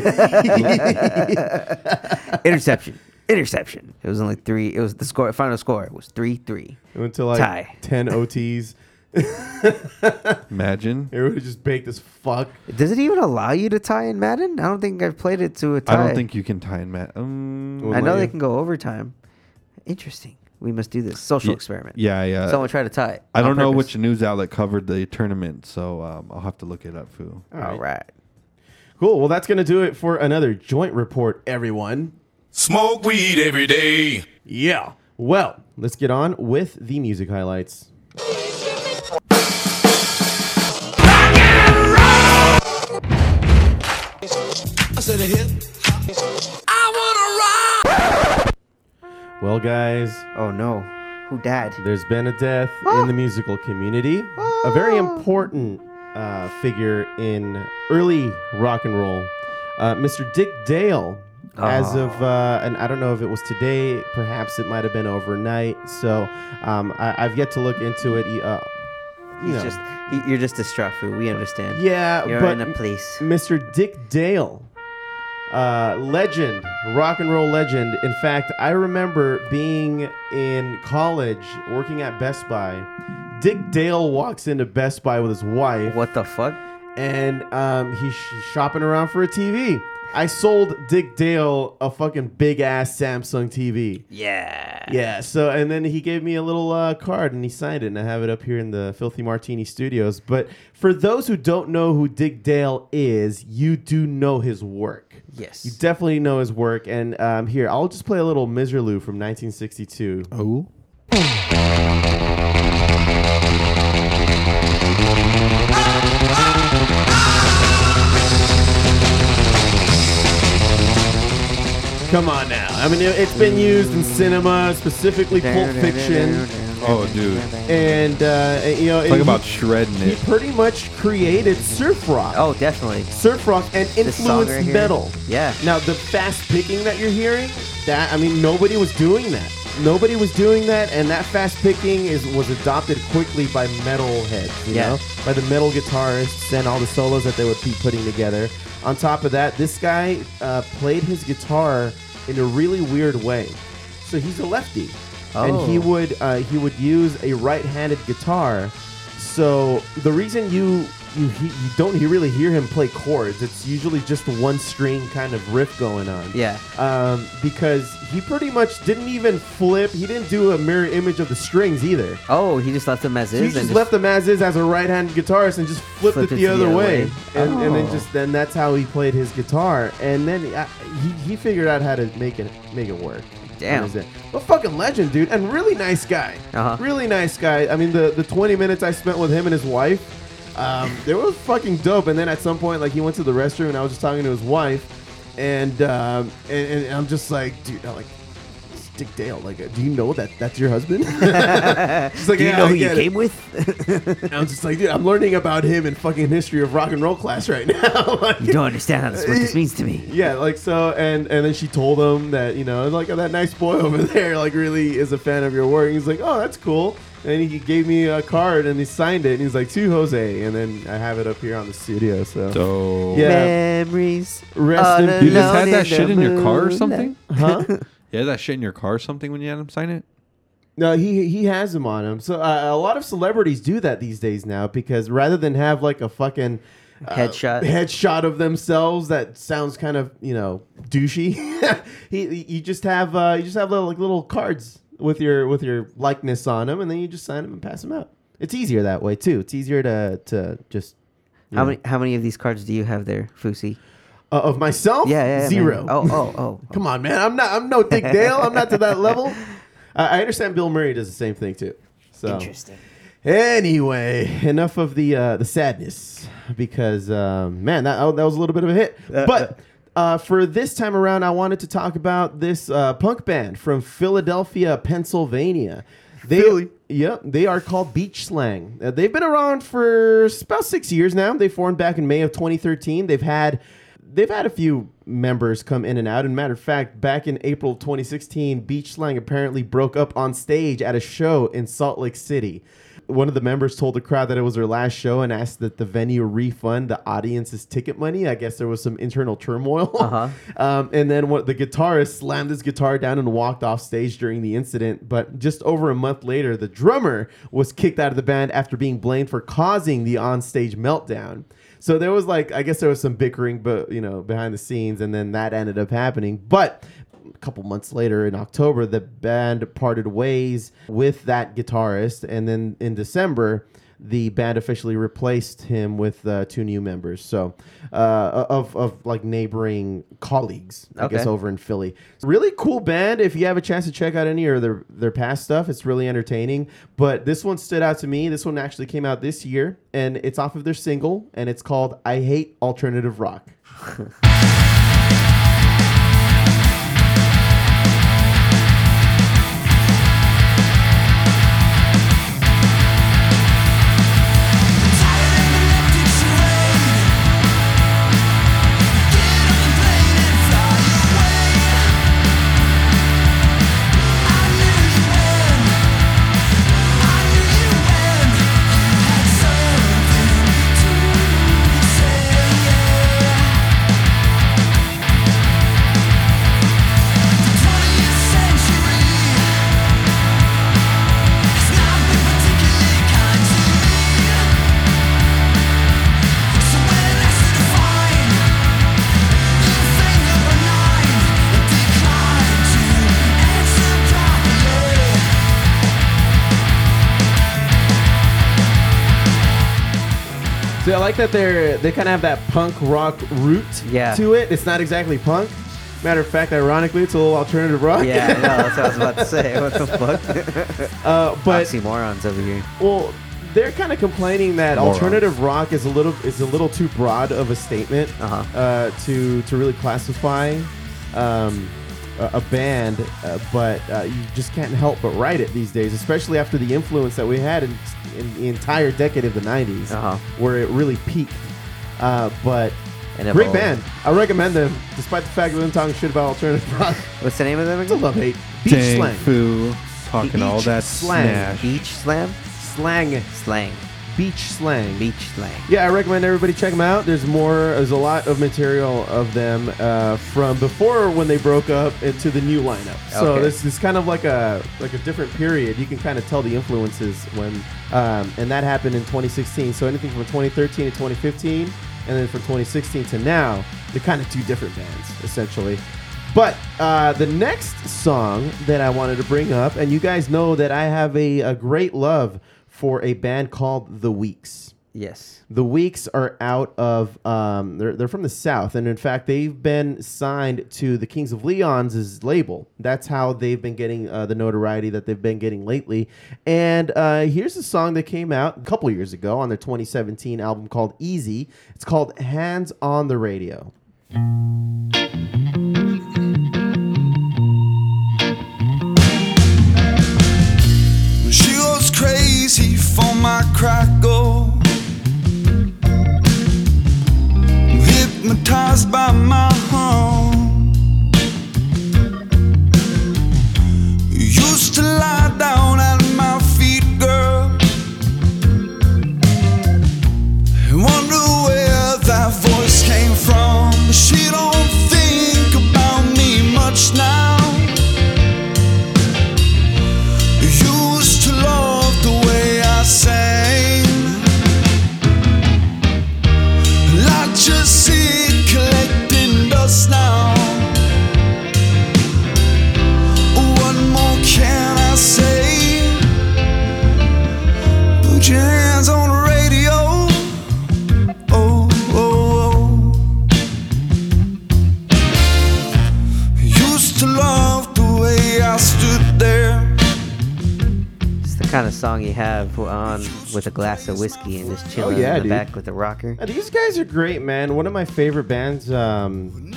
Interception. Interception. It was only three. It was the score. Final score was three three. it went to like Tie. ten OTs? Imagine. Everybody just baked as fuck. Does it even allow you to tie in Madden? I don't think I've played it to a tie. I don't think you can tie in Matt. Um, Well, I know let they you- can go overtime. Interesting. We must do this social Ye- experiment. yeah, yeah. Someone try to tie. It I on don't know purpose. which news outlet covered the tournament, so um, I'll have to look it up, foo. Oh. All right. Cool. Well, that's gonna do it for another joint report, everyone. Smoke weed every day. Yeah. Well, let's get on with the music highlights. Well, guys, Oh no. Who died? There's been a death in the musical community. A very important uh, figure in early rock and roll, uh, Mr. Dick Dale. Ah. As of, uh, and I don't know if it was today, perhaps it might have been overnight. So um, I, I've yet to look into it. Uh, He's know. just. He, you're just distraught. Food. We understand. yeah, You're but in a place. Mr. Dick Dale, uh, legend, rock and roll legend. In fact, I remember being in college working at Best Buy. Dick Dale walks into Best Buy with his wife, What the fuck? and um, he's sh- shopping around for a TV. I sold Dick Dale a fucking big ass Samsung TV. Yeah. Yeah, so and then he gave me a little uh, card and he signed it, and I have it up here in the Filthy Martini Studios. But for those who don't know who Dick Dale is, you do know his work. Yes. You definitely know his work. And um, here, I'll just play a little Miserloo from 1962. Oh. Come on now. I mean, it- it's been used in cinema, specifically Pulp Fiction. Oh, dude. And, uh, you know, Talk and about he, shredding he it. pretty much created surf rock. Oh, definitely. surf rock and This song influenced right here. metal. Yeah. Now the fast picking that you're hearing, that I mean nobody was doing that. Nobody was doing that, and that fast picking is was adopted quickly by metal heads, you Yeah. know, by the metal guitarists and all the solos that they would be putting together. On top of that, this guy uh, played his guitar in a really weird way. So he's a lefty. and he Oh. would uh, he would use a right-handed guitar. So the reason you you, he, you don't he- really hear him play chords, it's usually just one string kind of riff going on. Yeah. Um, because he pretty much didn't even flip. He didn't do a mirror image of the strings either. Oh, he just left them as So he is. and just left them as is as a right-handed guitarist and just flipped, it the other way, And, and then Oh. just then that's how he played his guitar. And then uh, he, he figured out how to make it make it work. That Damn. was it. But fucking legend, dude, and really nice guy. Uh-huh. Really nice guy. I mean, the the 20 minutes I spent with him and his wife, um, they were fucking dope. And then at some point, like he went to the restroom and I was just talking to his wife, and um, and, and I'm just like, dude, I'm like. Dick Dale, like, uh, do you know that that's your husband? She's like, Do you "Yeah, know I who you get it." came with? And I'm just like, dude, I'm learning about him in fucking history of rock and roll class right now. Like, you don't understand how this, what this means to me. yeah, like so, and and then she told him that you know, like oh, that nice boy over there, like really is a fan of your work. He's like, oh, that's cool. And he gave me a card and he signed it. And he's like, to Jose. And then I have it up here on the studio. So, So yeah, Memories. Rest all in alone peace. you just had in that shit the in your car or moonlight. something? huh? Yeah, that shit in your car or something when you had him sign it? No, he he has them on him. So uh, a lot of celebrities do that these days now because rather than have like a fucking uh, Headshot. headshot of themselves that sounds kind of you know douchey, he, he- you just have uh, you just have little, like little cards with your with your likeness on them, and then you just sign them and pass them out. It's easier that way too. It's easier to to just How many how many of these cards do you have there, Fusi? uh, of myself. Yeah, yeah, yeah, man. zero. Oh, oh, oh. come on, man! I'm not I'm no Dick Dale. I'm not to that level. I I understand Bill Murray does the same thing too. So. Anyway, enough of the uh, the sadness because um, man, that that was a little bit of a hit. But uh, for this time around, I wanted to talk about this uh, punk band from Philadelphia, Pennsylvania. They, Philly. Yep, they are called Beach Slang. Uh, they've been around for s- about six years now. They formed back in May of 2013. They've had they've had a few members come in and out. And matter of fact, back in April of 2016, Beach Slang apparently broke up on stage at a show in Salt Lake City. One of the members told the crowd that it was their last show and asked that the venue refund the audience's ticket money. I guess there was some internal turmoil. Uh-huh. um, and then what, the guitarist slammed his guitar down and walked off stage during the incident. But just over a month later, the drummer was kicked out of the band after being blamed for causing the onstage meltdown. So there was like, I guess there was some bickering, but you know, behind the scenes, and then that ended up happening. But a couple months later, in October, the band parted ways with that guitarist, and then in December, the band officially replaced him with uh, two new members. So, uh, of of like neighboring colleagues, I guess Okay. over in Philly. Really cool band. If you have a chance to check out any of their their past stuff, it's really entertaining. But this one stood out to me. This one actually came out this year, and it's off of their single, and it's called "I Hate Alternative Rock." So I like that they're they kind of have that punk rock root Yeah. to it. It's not exactly punk. Matter of fact, ironically, it's a little alternative rock. Yeah, no, that's what I was about to say. What the fuck? Uh, but Oxymorons over here. well, they're kind of complaining that Morons. alternative rock is a little is a little too broad of a statement Uh-huh. uh, to to really classify um, a, a band. Uh, but uh, you just can't help but write it these days, especially after the influence that we had in, in the entire decade of the '90s, Uh-huh. where it really peaked. Uh, but And great evolved. band, I recommend them, despite the fact that we've been talking shit about alternative rock. What's the name of them It's a again? love hate beach Dang slang, fool. Talking all Beach that slang. smash. Beach Slam? slang. Slang. Beach Slang. Beach slang. Yeah, I recommend everybody check them out. There's more. There's a lot of material of them uh, from before when they broke up into the new lineup. So Okay. this is kind of like a like a different period. You can kind of tell the influences when, um, and that happened in 2016. So anything from 2013 to 2015, and then from 2016 to now, they're kind of two different bands essentially. But uh, the next song that I wanted to bring up, and you guys know that I have a, a great love for a band called The Weeks. Yes. The Weeks are out of um, they're they're from the South, and in fact, they've been signed to the Kings of Leon's label. That's how they've been getting uh, the notoriety that they've been getting lately. And uh, here's a song that came out a couple years ago on their 2017 album called Easy. It's called Hands on the Radio. She was crazy for my crackle. Hypnotized by my home. Used to lie down at my feet, girl. Wonder where that voice came from. She don't think about me much now. Used to love the way I sang. I just see it collecting dust now. What more can I say? Put your hands on the radio. Oh, oh, oh. Used to love the way I stood there. It's the kind of song you have on with a glass of whiskey and just chilling Oh, yeah, in the dude. back with a rocker. Uh, These guys are great, man. One of my favorite bands um,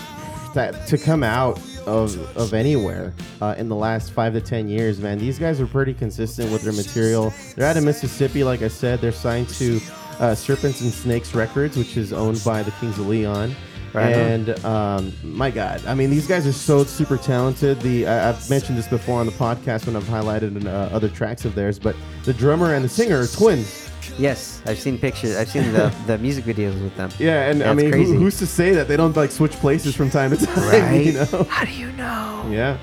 that to come out of of anywhere uh, in the last five to ten years, man. These guys are pretty consistent with their material. They're out of Mississippi, like I said. They're signed to uh, Serpents and Snakes Records, which is owned by the Kings of Leon. Right on. and um, my God, I mean, these guys are so super talented. The I I've mentioned this before on the podcast when I've highlighted uh, other tracks of theirs, but the drummer and the singer are twins. Yes, I've seen pictures. I've seen the, the music videos with them. Yeah, and I That's mean, who, crazy. who's to say that they don't like switch places from time to time? You Right? know? How do you know? Yeah.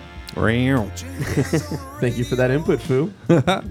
Thank you for that input, Foo.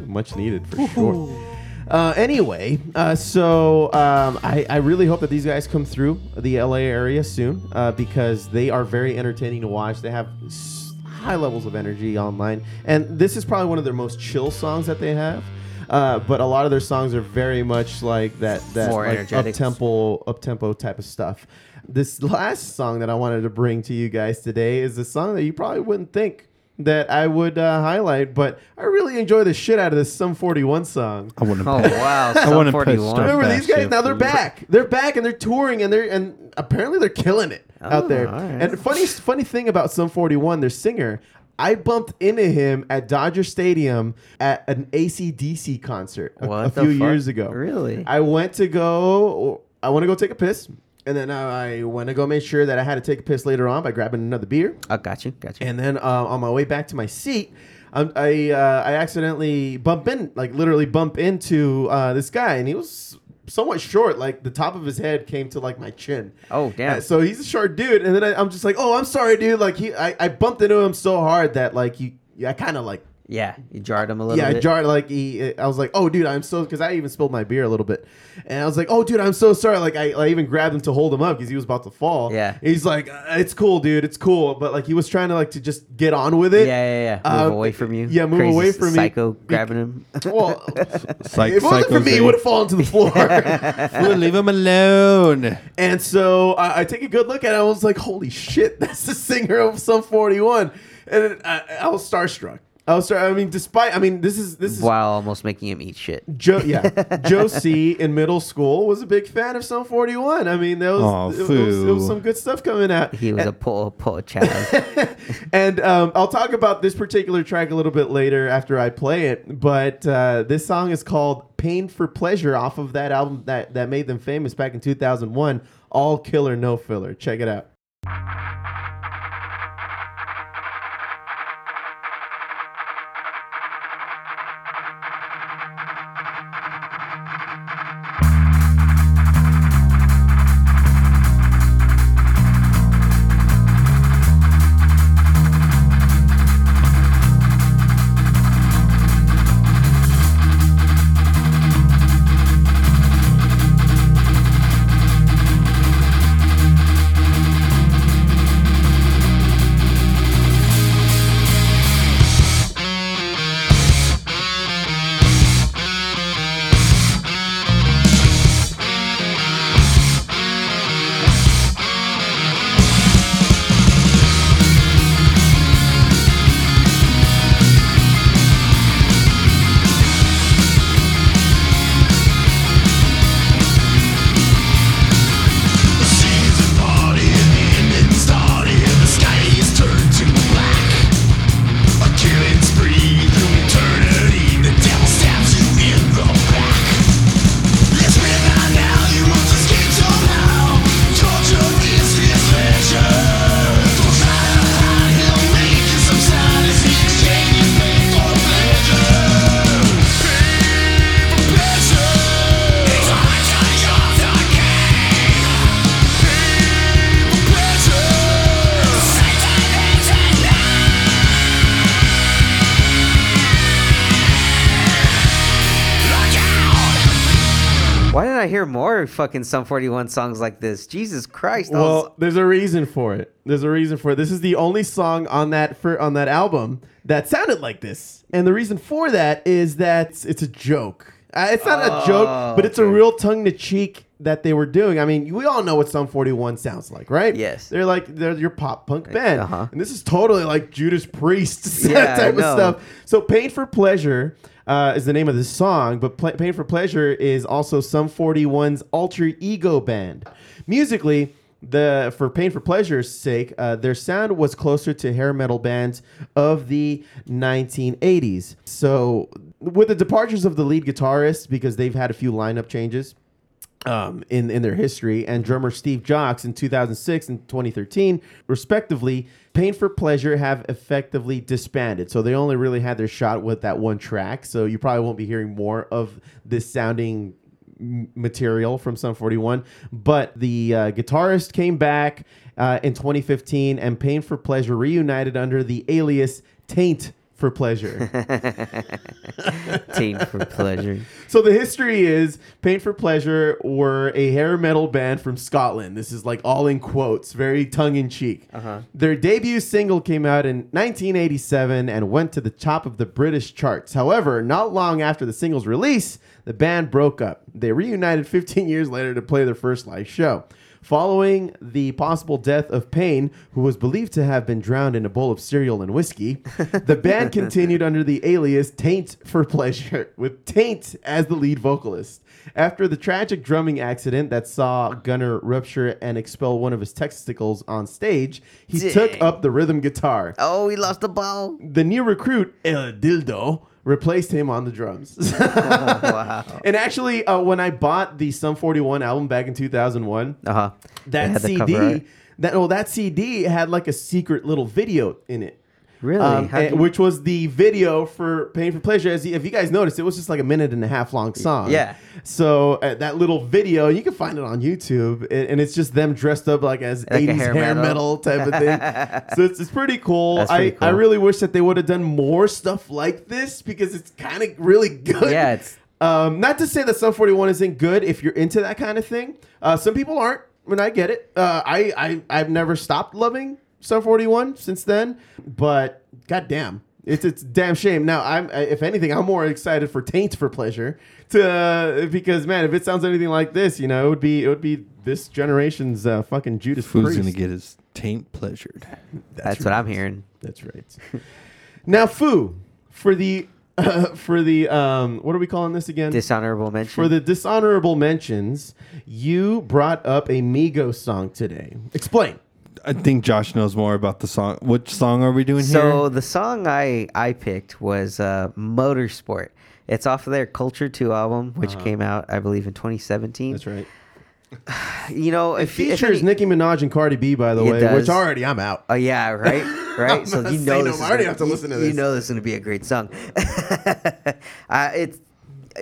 Much needed for sure. Uh, anyway, uh, so um, I, I really hope that these guys come through the LA area soon uh, because they are very entertaining to watch. They have s- high levels of energy online, and this is probably one of their most chill songs that they have. Uh, but a lot of their songs are very much like that that More like up energetic. tempo up tempo type of stuff. This last song that I wanted to bring to you guys today is a song that you probably wouldn't think that I would uh, highlight, but I really enjoy the shit out of this Sum 41 song. I wouldn't. Oh have wow, I Sum wanna put 41. stuff- Remember back these guys? to- Now they're back. They're back and they're touring and they're and apparently they're killing it out Oh, there. all right. And funny funny thing about Sum 41, their singer, I bumped into him at Dodger Stadium at an ACDC concert a, What a the few fuck? years ago. Really? I went to go. I want to go take a piss, and then I went to go make sure that I had to take a piss later on by grabbing another beer. Oh, got you, got you. And then uh, on my way back to my seat, um, I uh, I accidentally bump in, like literally bump into uh, this guy, and he was somewhat short. Like the top of his head came to like my chin. Oh, damn. Uh, so he's a short dude, and then I, I'm just like, oh, I'm sorry, dude. Like he, I, I bumped into him so hard that like you, I kind of like yeah, you jarred him a little yeah, bit. I jarred like he. I was like, "Oh, dude, I'm so," because I even spilled my beer a little bit, and I was like, "Oh, dude, I'm so sorry." Like I, I even grabbed him to hold him up because he was about to fall. Yeah. And he's like, "Uh, "It's cool, dude. It's cool," but like he was trying to like to just get on with it. Yeah, yeah, yeah. Move Uh, away from you. Yeah, move Crazy away from Psycho me. Be- grabbing him. Well, Psych- if it wasn't for me, he psychos, would eh? have fallen to the floor. Ooh, leave him alone. And so I, I take a good look at it. I was like, holy shit, that's the singer of some 41. And then uh, I, I was starstruck. I was, star- I mean, despite, I mean, this is, this is, while almost making him eat shit. Joe, yeah, Joe C in middle school was a big fan of some 41. I mean, there was, Aw, it, was, it was foo. some good stuff coming out. He was a poor, poor child. And um, I'll talk about this particular track a little bit later after I play it. But uh, this song is called "Pain for Pleasure" off of that album that that made them famous back in 2001. All killer, no filler. Check it out. Pain I hear more fucking Sum 41 songs like this? Jesus Christ. I was- Well, there's a reason for it. There's a reason for it. This is the only song on that for, on that album that sounded like this, and the reason for that is that it's a joke. Uh, it's not Ah, a joke, but it's a real tongue to cheek that they were doing. I mean, we all know what Sum 41 sounds like, right? Yes. They're like they're your pop punk band, Uh-huh. and this is totally like Judas Priest Yeah, I type of know. stuff. So Pain for Pleasure uh, is the name of this song, but Pla Pain for Pleasure is also Sum 41's alter ego band. Musically, the for Pain for Pleasure's sake, uh, their sound was closer to hair metal bands of the 1980s. So with the departures of the lead guitarist, because they've had a few lineup changes, um, in in their history, and drummer Steve Jocks in 2006 and 2013, respectively. Pain for Pleasure have effectively disbanded, so they only really had their shot with that one track. So you probably won't be hearing more of this sounding m- material from Sum 41. But the uh, guitarist came back uh, in 2015, and Pain for Pleasure reunited under the alias Taint for Pleasure. Teen for pleasure. So the history is Pain for Pleasure were a hair metal band from Scotland. This is like all in quotes, very tongue in cheek. Their debut single came out in 1987 and went to the top of the British charts. However, not long after the single's release, the band broke up. They reunited 15 years later to play their first live show. Following the possible death of Payne, who was believed to have been drowned in a bowl of cereal and whiskey, the band continued under the alias Taint for Pleasure, with Taint as the lead vocalist. After the tragic drumming accident that saw Gunner rupture and expel one of his testicles on stage, he took Dang. up the rhythm guitar. Oh, we lost the ball. The new recruit, El Dildo, replaced him on the drums. Oh, Wow. and actually, uh, when I bought the Sum 41 album back in 2001, Uh huh. that CD that well that CD had like a secret little video in it. Really? Um, How'd and- you- which was the video for "Pain for Pleasure." As you, if you guys noticed, it was just like a minute and a half long song. Yeah. So uh, that little video, you can find it on YouTube, and, and it's just them dressed up like as Like a '80s hair, hair metal. metal. type of thing. so it's, it's pretty cool. That's I pretty cool. I really wish that they would have done more stuff like this because it's kind of really good. Yeah, it's- Um, not to say that Sum 41 isn't good if you're into that kind of thing. Uh, some people aren't, and I get it. Uh, I, I, I've never stopped loving Sum 41 since then, but goddamn. It's it's a damn shame. Now I'm I- if anything I'm more excited for Taint for Pleasure to because man if it sounds anything like this you know it would be it would be this generation's uh, fucking Judas Food's Priest. gonna get his taint pleasured. That's, what I'm hearing. That's right. now Foo for the for the um what are we calling this again? Dishonorable mention. For the dishonorable mentions, you brought up a Migos song today. Explain. I think Josh knows more about the song. Which song are we doing So here? the song I I picked was uh, Motorsport. It's off of their Culture 2 album, which came out, I believe, in 2017. Uh-huh. right. You know, It if you- if features any- Nicki Minaj and Cardi B, by the It way, does. which already I'm out. Oh yeah, right, right. so not you know saying this. I'm is already gonna- have to you- listen to You this. know this is going to be a great song. uh, it's,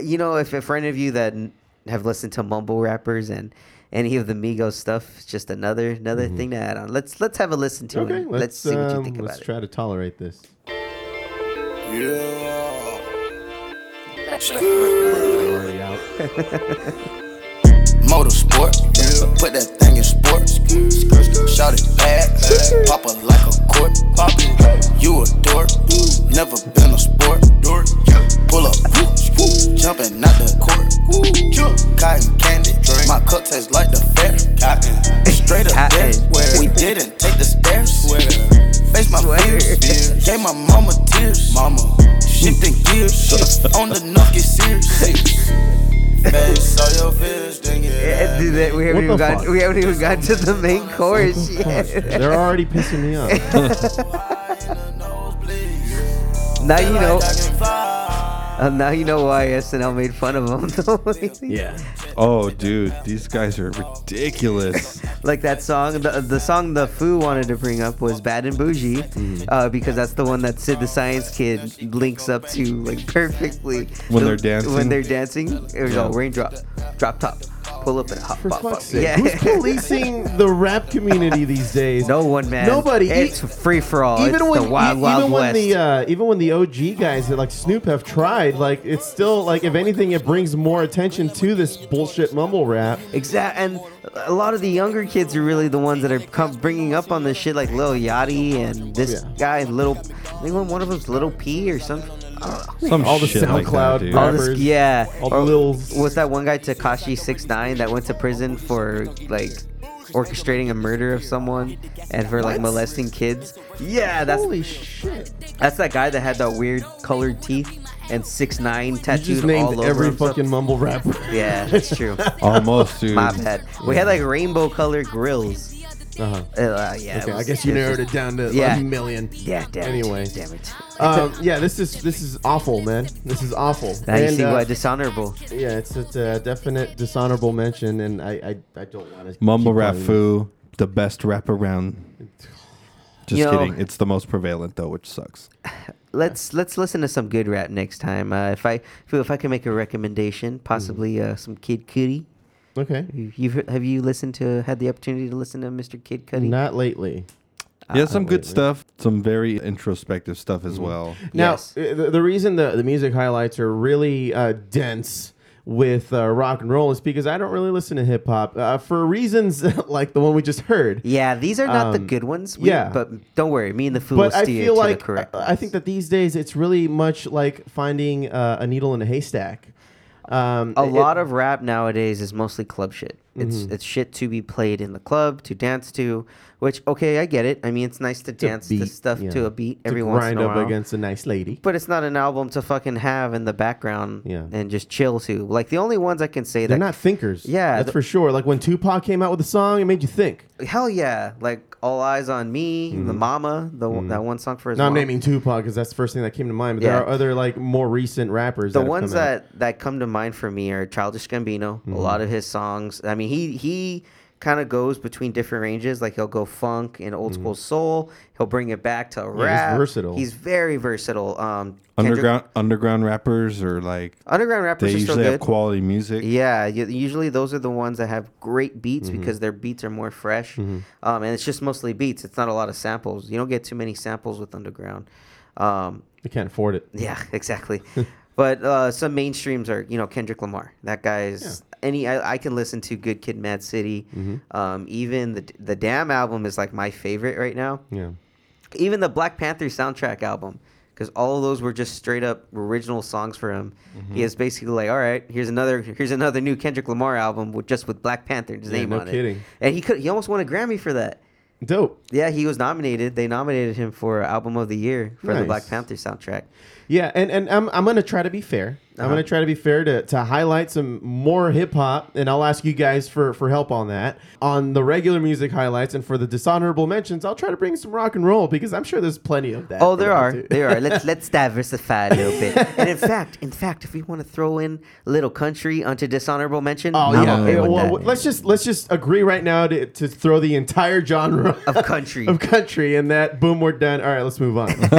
you know, if, if for any of you that n- have listened to mumble rappers and any of the Migos stuff, it's just another another thing to add on. Let's let's have a listen to it. Mm-hmm. Okay, Let's, let's see what you um, think let's about try to tolerate this. Already out. Motorsport, put that thing in sports. Shout it bad, pop her like a court. You a dork, never been a sport. Pull up, jumping out the court. Cotton candy, my cup tastes like the fair. Straight up there, Cotton. we didn't take the stairs. Face my fears, gave my mama tears. Mama, shifting gears, on the knuck, get serious. Face all your fears, then get it. Uh, dude, that- we haven't What the even got fuck? we haven't even got to the main chorus yet. They're already pissing me off. now you know. Uh, now you know why SNL made fun of him. oh, dude, these guys are ridiculous. like that song the, the song the foo wanted to bring up was bad and bougie Mm-hmm. uh, because that's the one that sid the science kid links up to like perfectly When The- they're dancing? when they're dancing it was all raindrop drop top pull up and hop For hop, hop. fuck's sake, Yeah. who's policing the rap community these days? No one, man. Nobody. E- It's free for all. Even it's the wild, e- wild even when west. the uh, even when the OG guys that like Snoop have tried, like it's still like if anything, it brings more attention to this bullshit mumble rap. Exact, and a lot of the younger kids are really the ones that are come bringing up on this shit, like Lil Yachty and this Yeah. guy, Little. I think one of them's Little P or something. I don't know. Some All the shit like that, SoundCloud dude. rap- All this, Rappers. yeah. All the Or Lils. Was that one guy Takashi Six Nine that went to prison for like orchestrating a murder of someone and for like molesting kids? Yeah, that's Holy shit! that's that guy that had that weird colored teeth and six nine You just tattooed all named over every himself. fucking mumble rapper. Yeah, that's true. Almost, dude. My bad. We had like rainbow colored grills. Uh-huh. Uh, yeah. it Okay, I was- guess you was narrowed just- it down to yeah. a million. Yeah, damn Anyway. it. Damn it. Um, yeah, this is this is awful, man. This is awful. Now you And, see uh, why dishonorable. yeah, it's, it's a definite dishonorable mention, and I I, I don't want to Mumble rap foo, the best rap around. Just You know- kidding. It's the most prevalent though, which sucks. Let's let's listen to some good rap next time. Uh, if I feel if I can make a recommendation, Mm-hmm. possibly uh, some Kid Cudi. Okay, You- You've he- have you listened to had the opportunity to listen to Mr. Kid Cudi? not lately. yeah, Uh, some good stuff. Some very introspective stuff Mm-hmm. as well. Now, Yes. uh, the, the reason the, the music highlights are really uh, dense with uh, rock and roll is because I don't really listen to hip hop uh, for reasons like the one we just heard. Yeah, these are not the Um, good ones. yeah. but don't worry, me and the fool will But I steer you feel to like uh, the correct. I I think that these days it's really much like finding uh, a needle in a haystack. Um, a it- Mm-hmm. lot of rap nowadays is mostly club shit. It's it's shit to be played in the club to dance to. Which okay, I get it. I mean, it's nice to, dance to beat, stuff yeah. to a beat to every once in grind a up while. against a nice lady. but it's not an album to fucking have in the background Yeah. and just chill to. Like the only ones I can say They're that not thinkers. Yeah, that's the- for sure. Like when Tupac came out with a song, it made you think. hell yeah, like all eyes on me, the mama, the one that one song for his. Now Mm-hmm. I'm mom. naming Tupac because that's the first thing that came to mind. But there Yeah. are other like more recent rappers. the that have ones come out. that that come to mind for me are Childish Gambino. A lot of his songs. I mean, he he kind of goes between different ranges. Like he'll go funk and old school soul. He'll bring it back to he's rap. versatile. He's very versatile. Um, Kendrick- Underground underground rappers are like underground rappers they are still usually good. have quality music. Yeah, u- usually those are the ones that have great beats because their beats are more fresh, um, and it's just mostly beats. It's not a lot of samples. You don't get too many samples with underground. Um, they can't afford it. yeah, exactly. but uh, some mainstreams are, you know, Kendrick Lamar. That guy is any I, I can listen to Good Kid, Mad City. Mm-hmm. Um, even the the Damn album is like my favorite right now. Yeah. Even the Black Panther soundtrack album. Because all of those were just straight up original songs for him. Mm-hmm. He is basically like, all right, here's another here's another new Kendrick Lamar album with just with Black Panther's name no on it. kidding. And he could he almost won a Grammy for that. Dope. Yeah, he was nominated. They nominated him for album of the year for the Nice. Black Panther soundtrack. Yeah, and, and I'm, I'm gonna try to be fair. Uh-huh. I'm gonna try to be fair to, to highlight some more hip hop, and I'll ask you guys for, for help on that. On the regular music highlights and for the dishonorable mentions, I'll try to bring some rock and roll because I'm sure there's plenty of that. Oh, for there them are. too. There are. Let's let's diversify a little bit. And in fact, in fact, if we want to throw in little country onto dishonorable mention, Oh I'm yeah. okay Yeah, with well, that. well, let's just let's just agree right now to, to throw the entire genre of country. of country and that. Boom, we're done. All right, let's move on.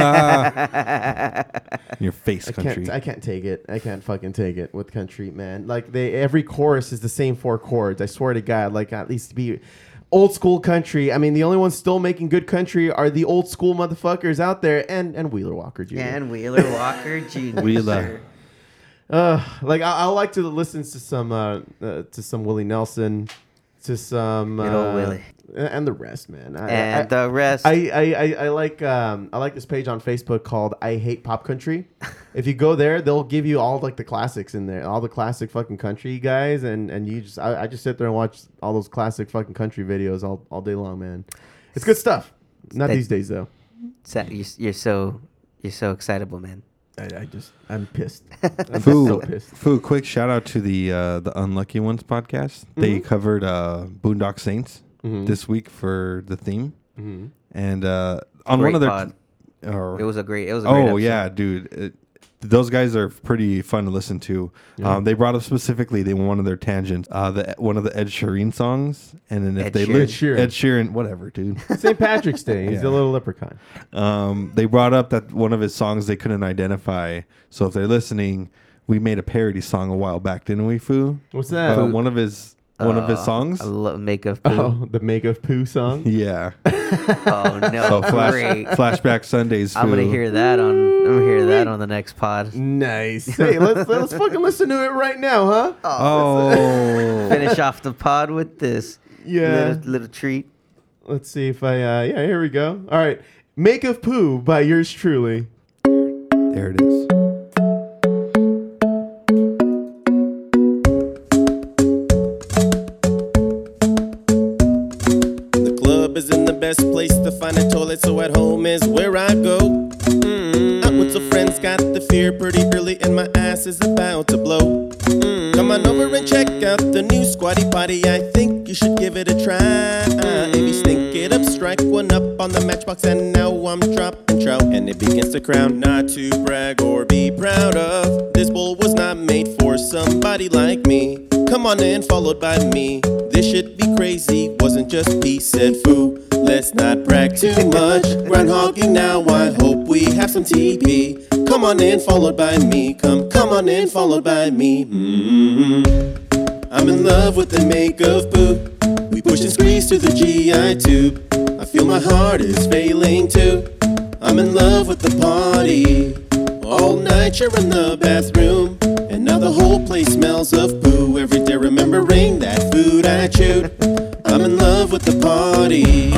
In your face country. Can't, I can't take it. I can't fucking take it with country, man. Like they, every chorus is the same four chords. I swear to God. Like at least be old school country. I mean, the only ones still making good country are the old school motherfuckers out there, and and Wheeler Walker Jr. and Wheeler Walker Jr. Wheeler. like I, I like to listen to some uh, uh to some Willie Nelson, to some Good old uh, Willie. and the rest, man. I, And uh, I, the rest. I, I, I, I like um, I like this page on Facebook called I Hate Pop Country. if you go there, they'll give you all like the classics in there, all the classic fucking country guys, and and you just I, I just sit there and watch all those classic fucking country videos all, all day long, man. It's good stuff. Not That- these days though. So- you're, you're so you're so excitable, man. I, I just I'm pissed. I'm so Foo, pissed. Foo, quick shout out to the uh, the Unlucky Ones podcast. They Mm-hmm. covered uh, Boondock Saints this week for the theme, Mm-hmm. and uh, on Great one of their pod. or- It was a great. It was a great oh episode. yeah, dude, It- those guys are pretty fun to listen to. Um, they brought up specifically they one of their tangents, uh, the one of the Ed Sheeran songs, and then if Ed they Sheeran. look Ed Sheeran. Ed Sheeran, whatever, dude. St. Patrick's Day. He's Yeah. a little leprechaun. um, they brought up that one of his songs they couldn't identify. So if they're listening, we made a parody song a while back, didn't we, Foo? What's that? About one of his one of his uh, songs. I lo- make of poo. Oh, the Make of Poo song. yeah. Oh, no, So flash, great. flashback Sundays. I'm gonna fool. hear that on. I'm gonna hear that on the next pod. Nice. Hey, let's let's fucking listen to it right now, huh? Oh, Finish off the pod with this. Yeah. little, little treat. Let's see if I uh yeah, here we go. All right. Make of Poo by yours truly. there it is. The club isn't the best place to find a toilet, so at home is where I go. Mm. Out with some friends, got the fear pretty early, and my ass is about to blow. Mm. Come on over and check out the new squatty potty. I think you should give it a try. If you stink it up, strike one up on the matchbox, and now I'm dropping trout. And it begins to crown, not to brag or be proud of. This bowl was not made for somebody like me. Come on in, followed by me. This should be crazy, wasn't just pee, said foo. Let's not brag too much. Groundhogging now, I hope we have some TP. Come on in, followed by me. Come, come on in, followed by me. mm I'm in love with the make of poo. We push and squeeze through the GI tube. I feel my heart is failing too. I'm in love with the party. All night you're in the bathroom. And now the whole place smells of poo. Every day remembering that food I chewed. I'm in love with the party.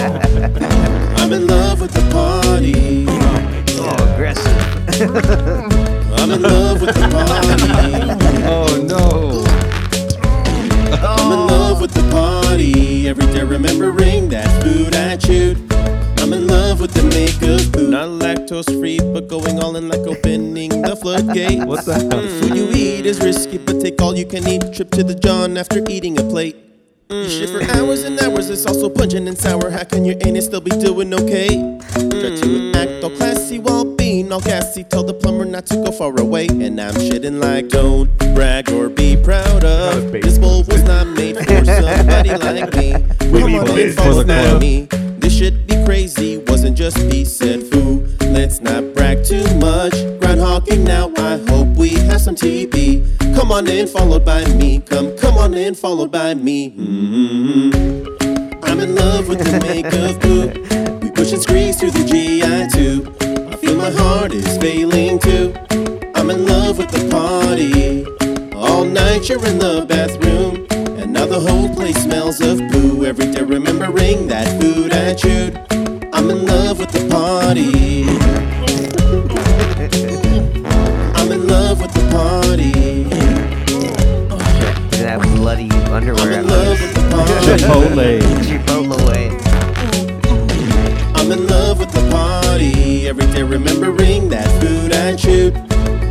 I'm in love with the party. Oh, aggressive. I'm in love with the party. Oh no. I'm in love with the party. Every day remembering that food I chewed. I'm in love with the make of food. Not lactose free, but going all in like opening the floodgate. What the hell? Food you eat is risky, but take all you can eat. Trip to the John after eating a plate. You shit for hours and hours, it's also pungent and sour. How can your anus still be doing okay? Try to act all classy while being all gassy. Tell the plumber not to go far away. And I'm shitting like, don't brag or be proud of. This bowl was not made for somebody like me. Come on, boys. in, For the folks, now club. me. This should be crazy, wasn't just me, said foo. Let's not brag too much. Groundhogging now, I hope we have some TB. Come on in, followed by me. Come, come on in, followed by me. mm I'm in love with the make of poo. We push and squeeze through the GI tube. I feel my heart is failing too. I'm in love with the party. All night you're in the bathroom. And now the whole place smells of poo. Every day remembering that food I chewed. I'm in love with the party. I'm in love with the party. That bloody I'm underwear. in I'm love with the party. Chipotle. Chipotle away. I'm in love with the party. Every day remembering that food I chewed.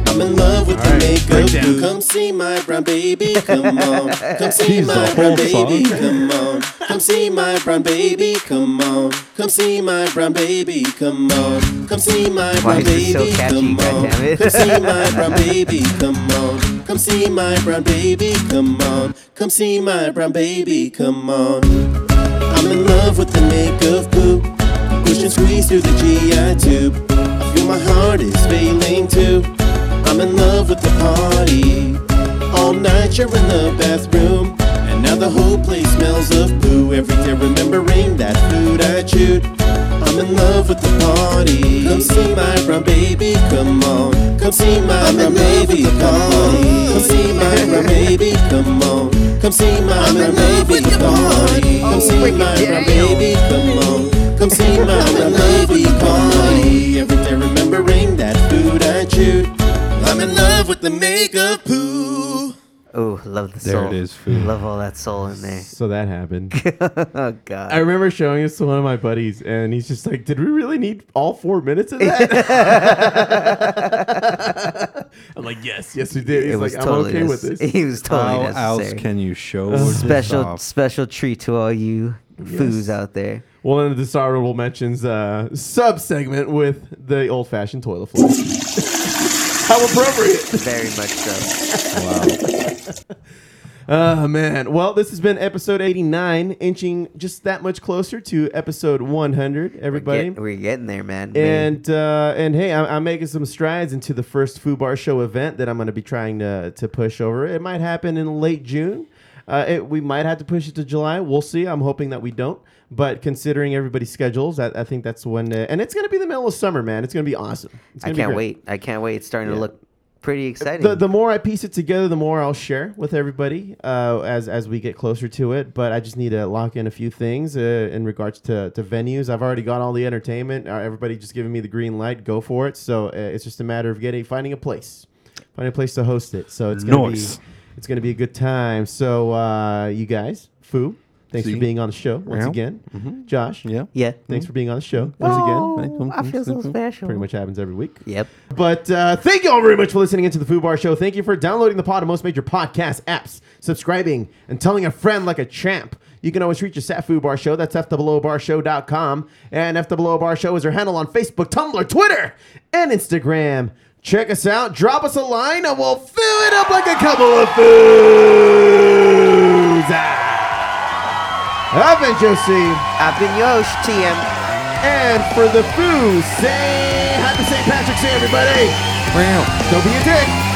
I'm in love with the makeup. Food. Come see my brown baby. Come on. Come see Jeez, the my brown whole song? baby. Come on. Come see my brown baby. Come on. Come see my brown baby. Come on. Come see my brown Why is it so baby. catchy, Come on. goddammit? Come see my brown baby. Come on. Come see my brown baby. Come on. Come see my brown baby. Come on. I'm in love with the make of poo. Push and squeeze through the GI tube. I feel my heart is failing too. I'm in love with the party. All night you're in the bathroom. And now the whole place smells of poo. Every day remembering that food I chewed. I'm in love with the party. Come see my brown baby, come on. Come see my brown baby, come on. Come see my brown baby, come on. Come see my brown baby, come on. Come see my brown baby, come on. Come see my brown baby, party. Every day remembering that food I chewed. I'm in love with the makeup poo. Oh, love the There soul. it is, food. Love all that soul in there. So that happened. Oh God. I remember showing this to one of my buddies, and he's just like, "Did we really need all four minutes of that?" I'm like, "Yes, yes, we did." He's like, "I'm okay with necess- this." He was totally How necessary. else can you show this special off? special treat to all you foos out there. Well, then the dishonorable mentions uh, sub segment with the old fashioned toilet flush. How appropriate! Very much so. Wow. Oh man. Well, this has been episode 89, inching just that much closer to episode 100. Everybody. Get- we're getting there, man. And uh, and hey, I'm, I'm making some strides into the first Fubar Show event that I'm going to be trying to to push over. It might happen in late June. Uh, it, we might have to push it to July. We'll see. I'm hoping that we don't. But considering everybody's schedules, I, I think that's when. Uh, and it's going to be the middle of summer, man. It's going to be awesome. It's I gonna be can't great. wait. I can't wait. It's starting to Yeah. look pretty exciting. The, the more I piece it together, the more I'll share with everybody uh, as as we get closer to it. But I just need to lock in a few things uh, in regards to, to venues. I've already got all the entertainment. Uh, everybody just giving me the green light. Go for it. So uh, it's just a matter of getting finding a place, finding a place to host it. So it's gonna Nice. be it's gonna be a good time. So uh, you guys, Foo, thanks See? for being on the show once Yeah. again. Josh, Yeah. Mm-hmm. yeah. thanks for being on the show once again. I feel so special. Pretty much happens every week. Yep. But uh, thank you all very much for listening into the Foo Bar Show. Thank you for downloading the pod on most major podcast apps, subscribing, and telling a friend like a champ. You can always reach us at Foo Bar Show. That's FOOBarshow.com. And FOO Bar Show is our handle on Facebook, Tumblr, Twitter, and Instagram. Check us out. Drop us a line, and we'll fill it up like a couple of foos. Ah. I've been Josie. I've been Yosh TM. And for the foo, say happy St. Patrick's Day, everybody. Don't be a dick.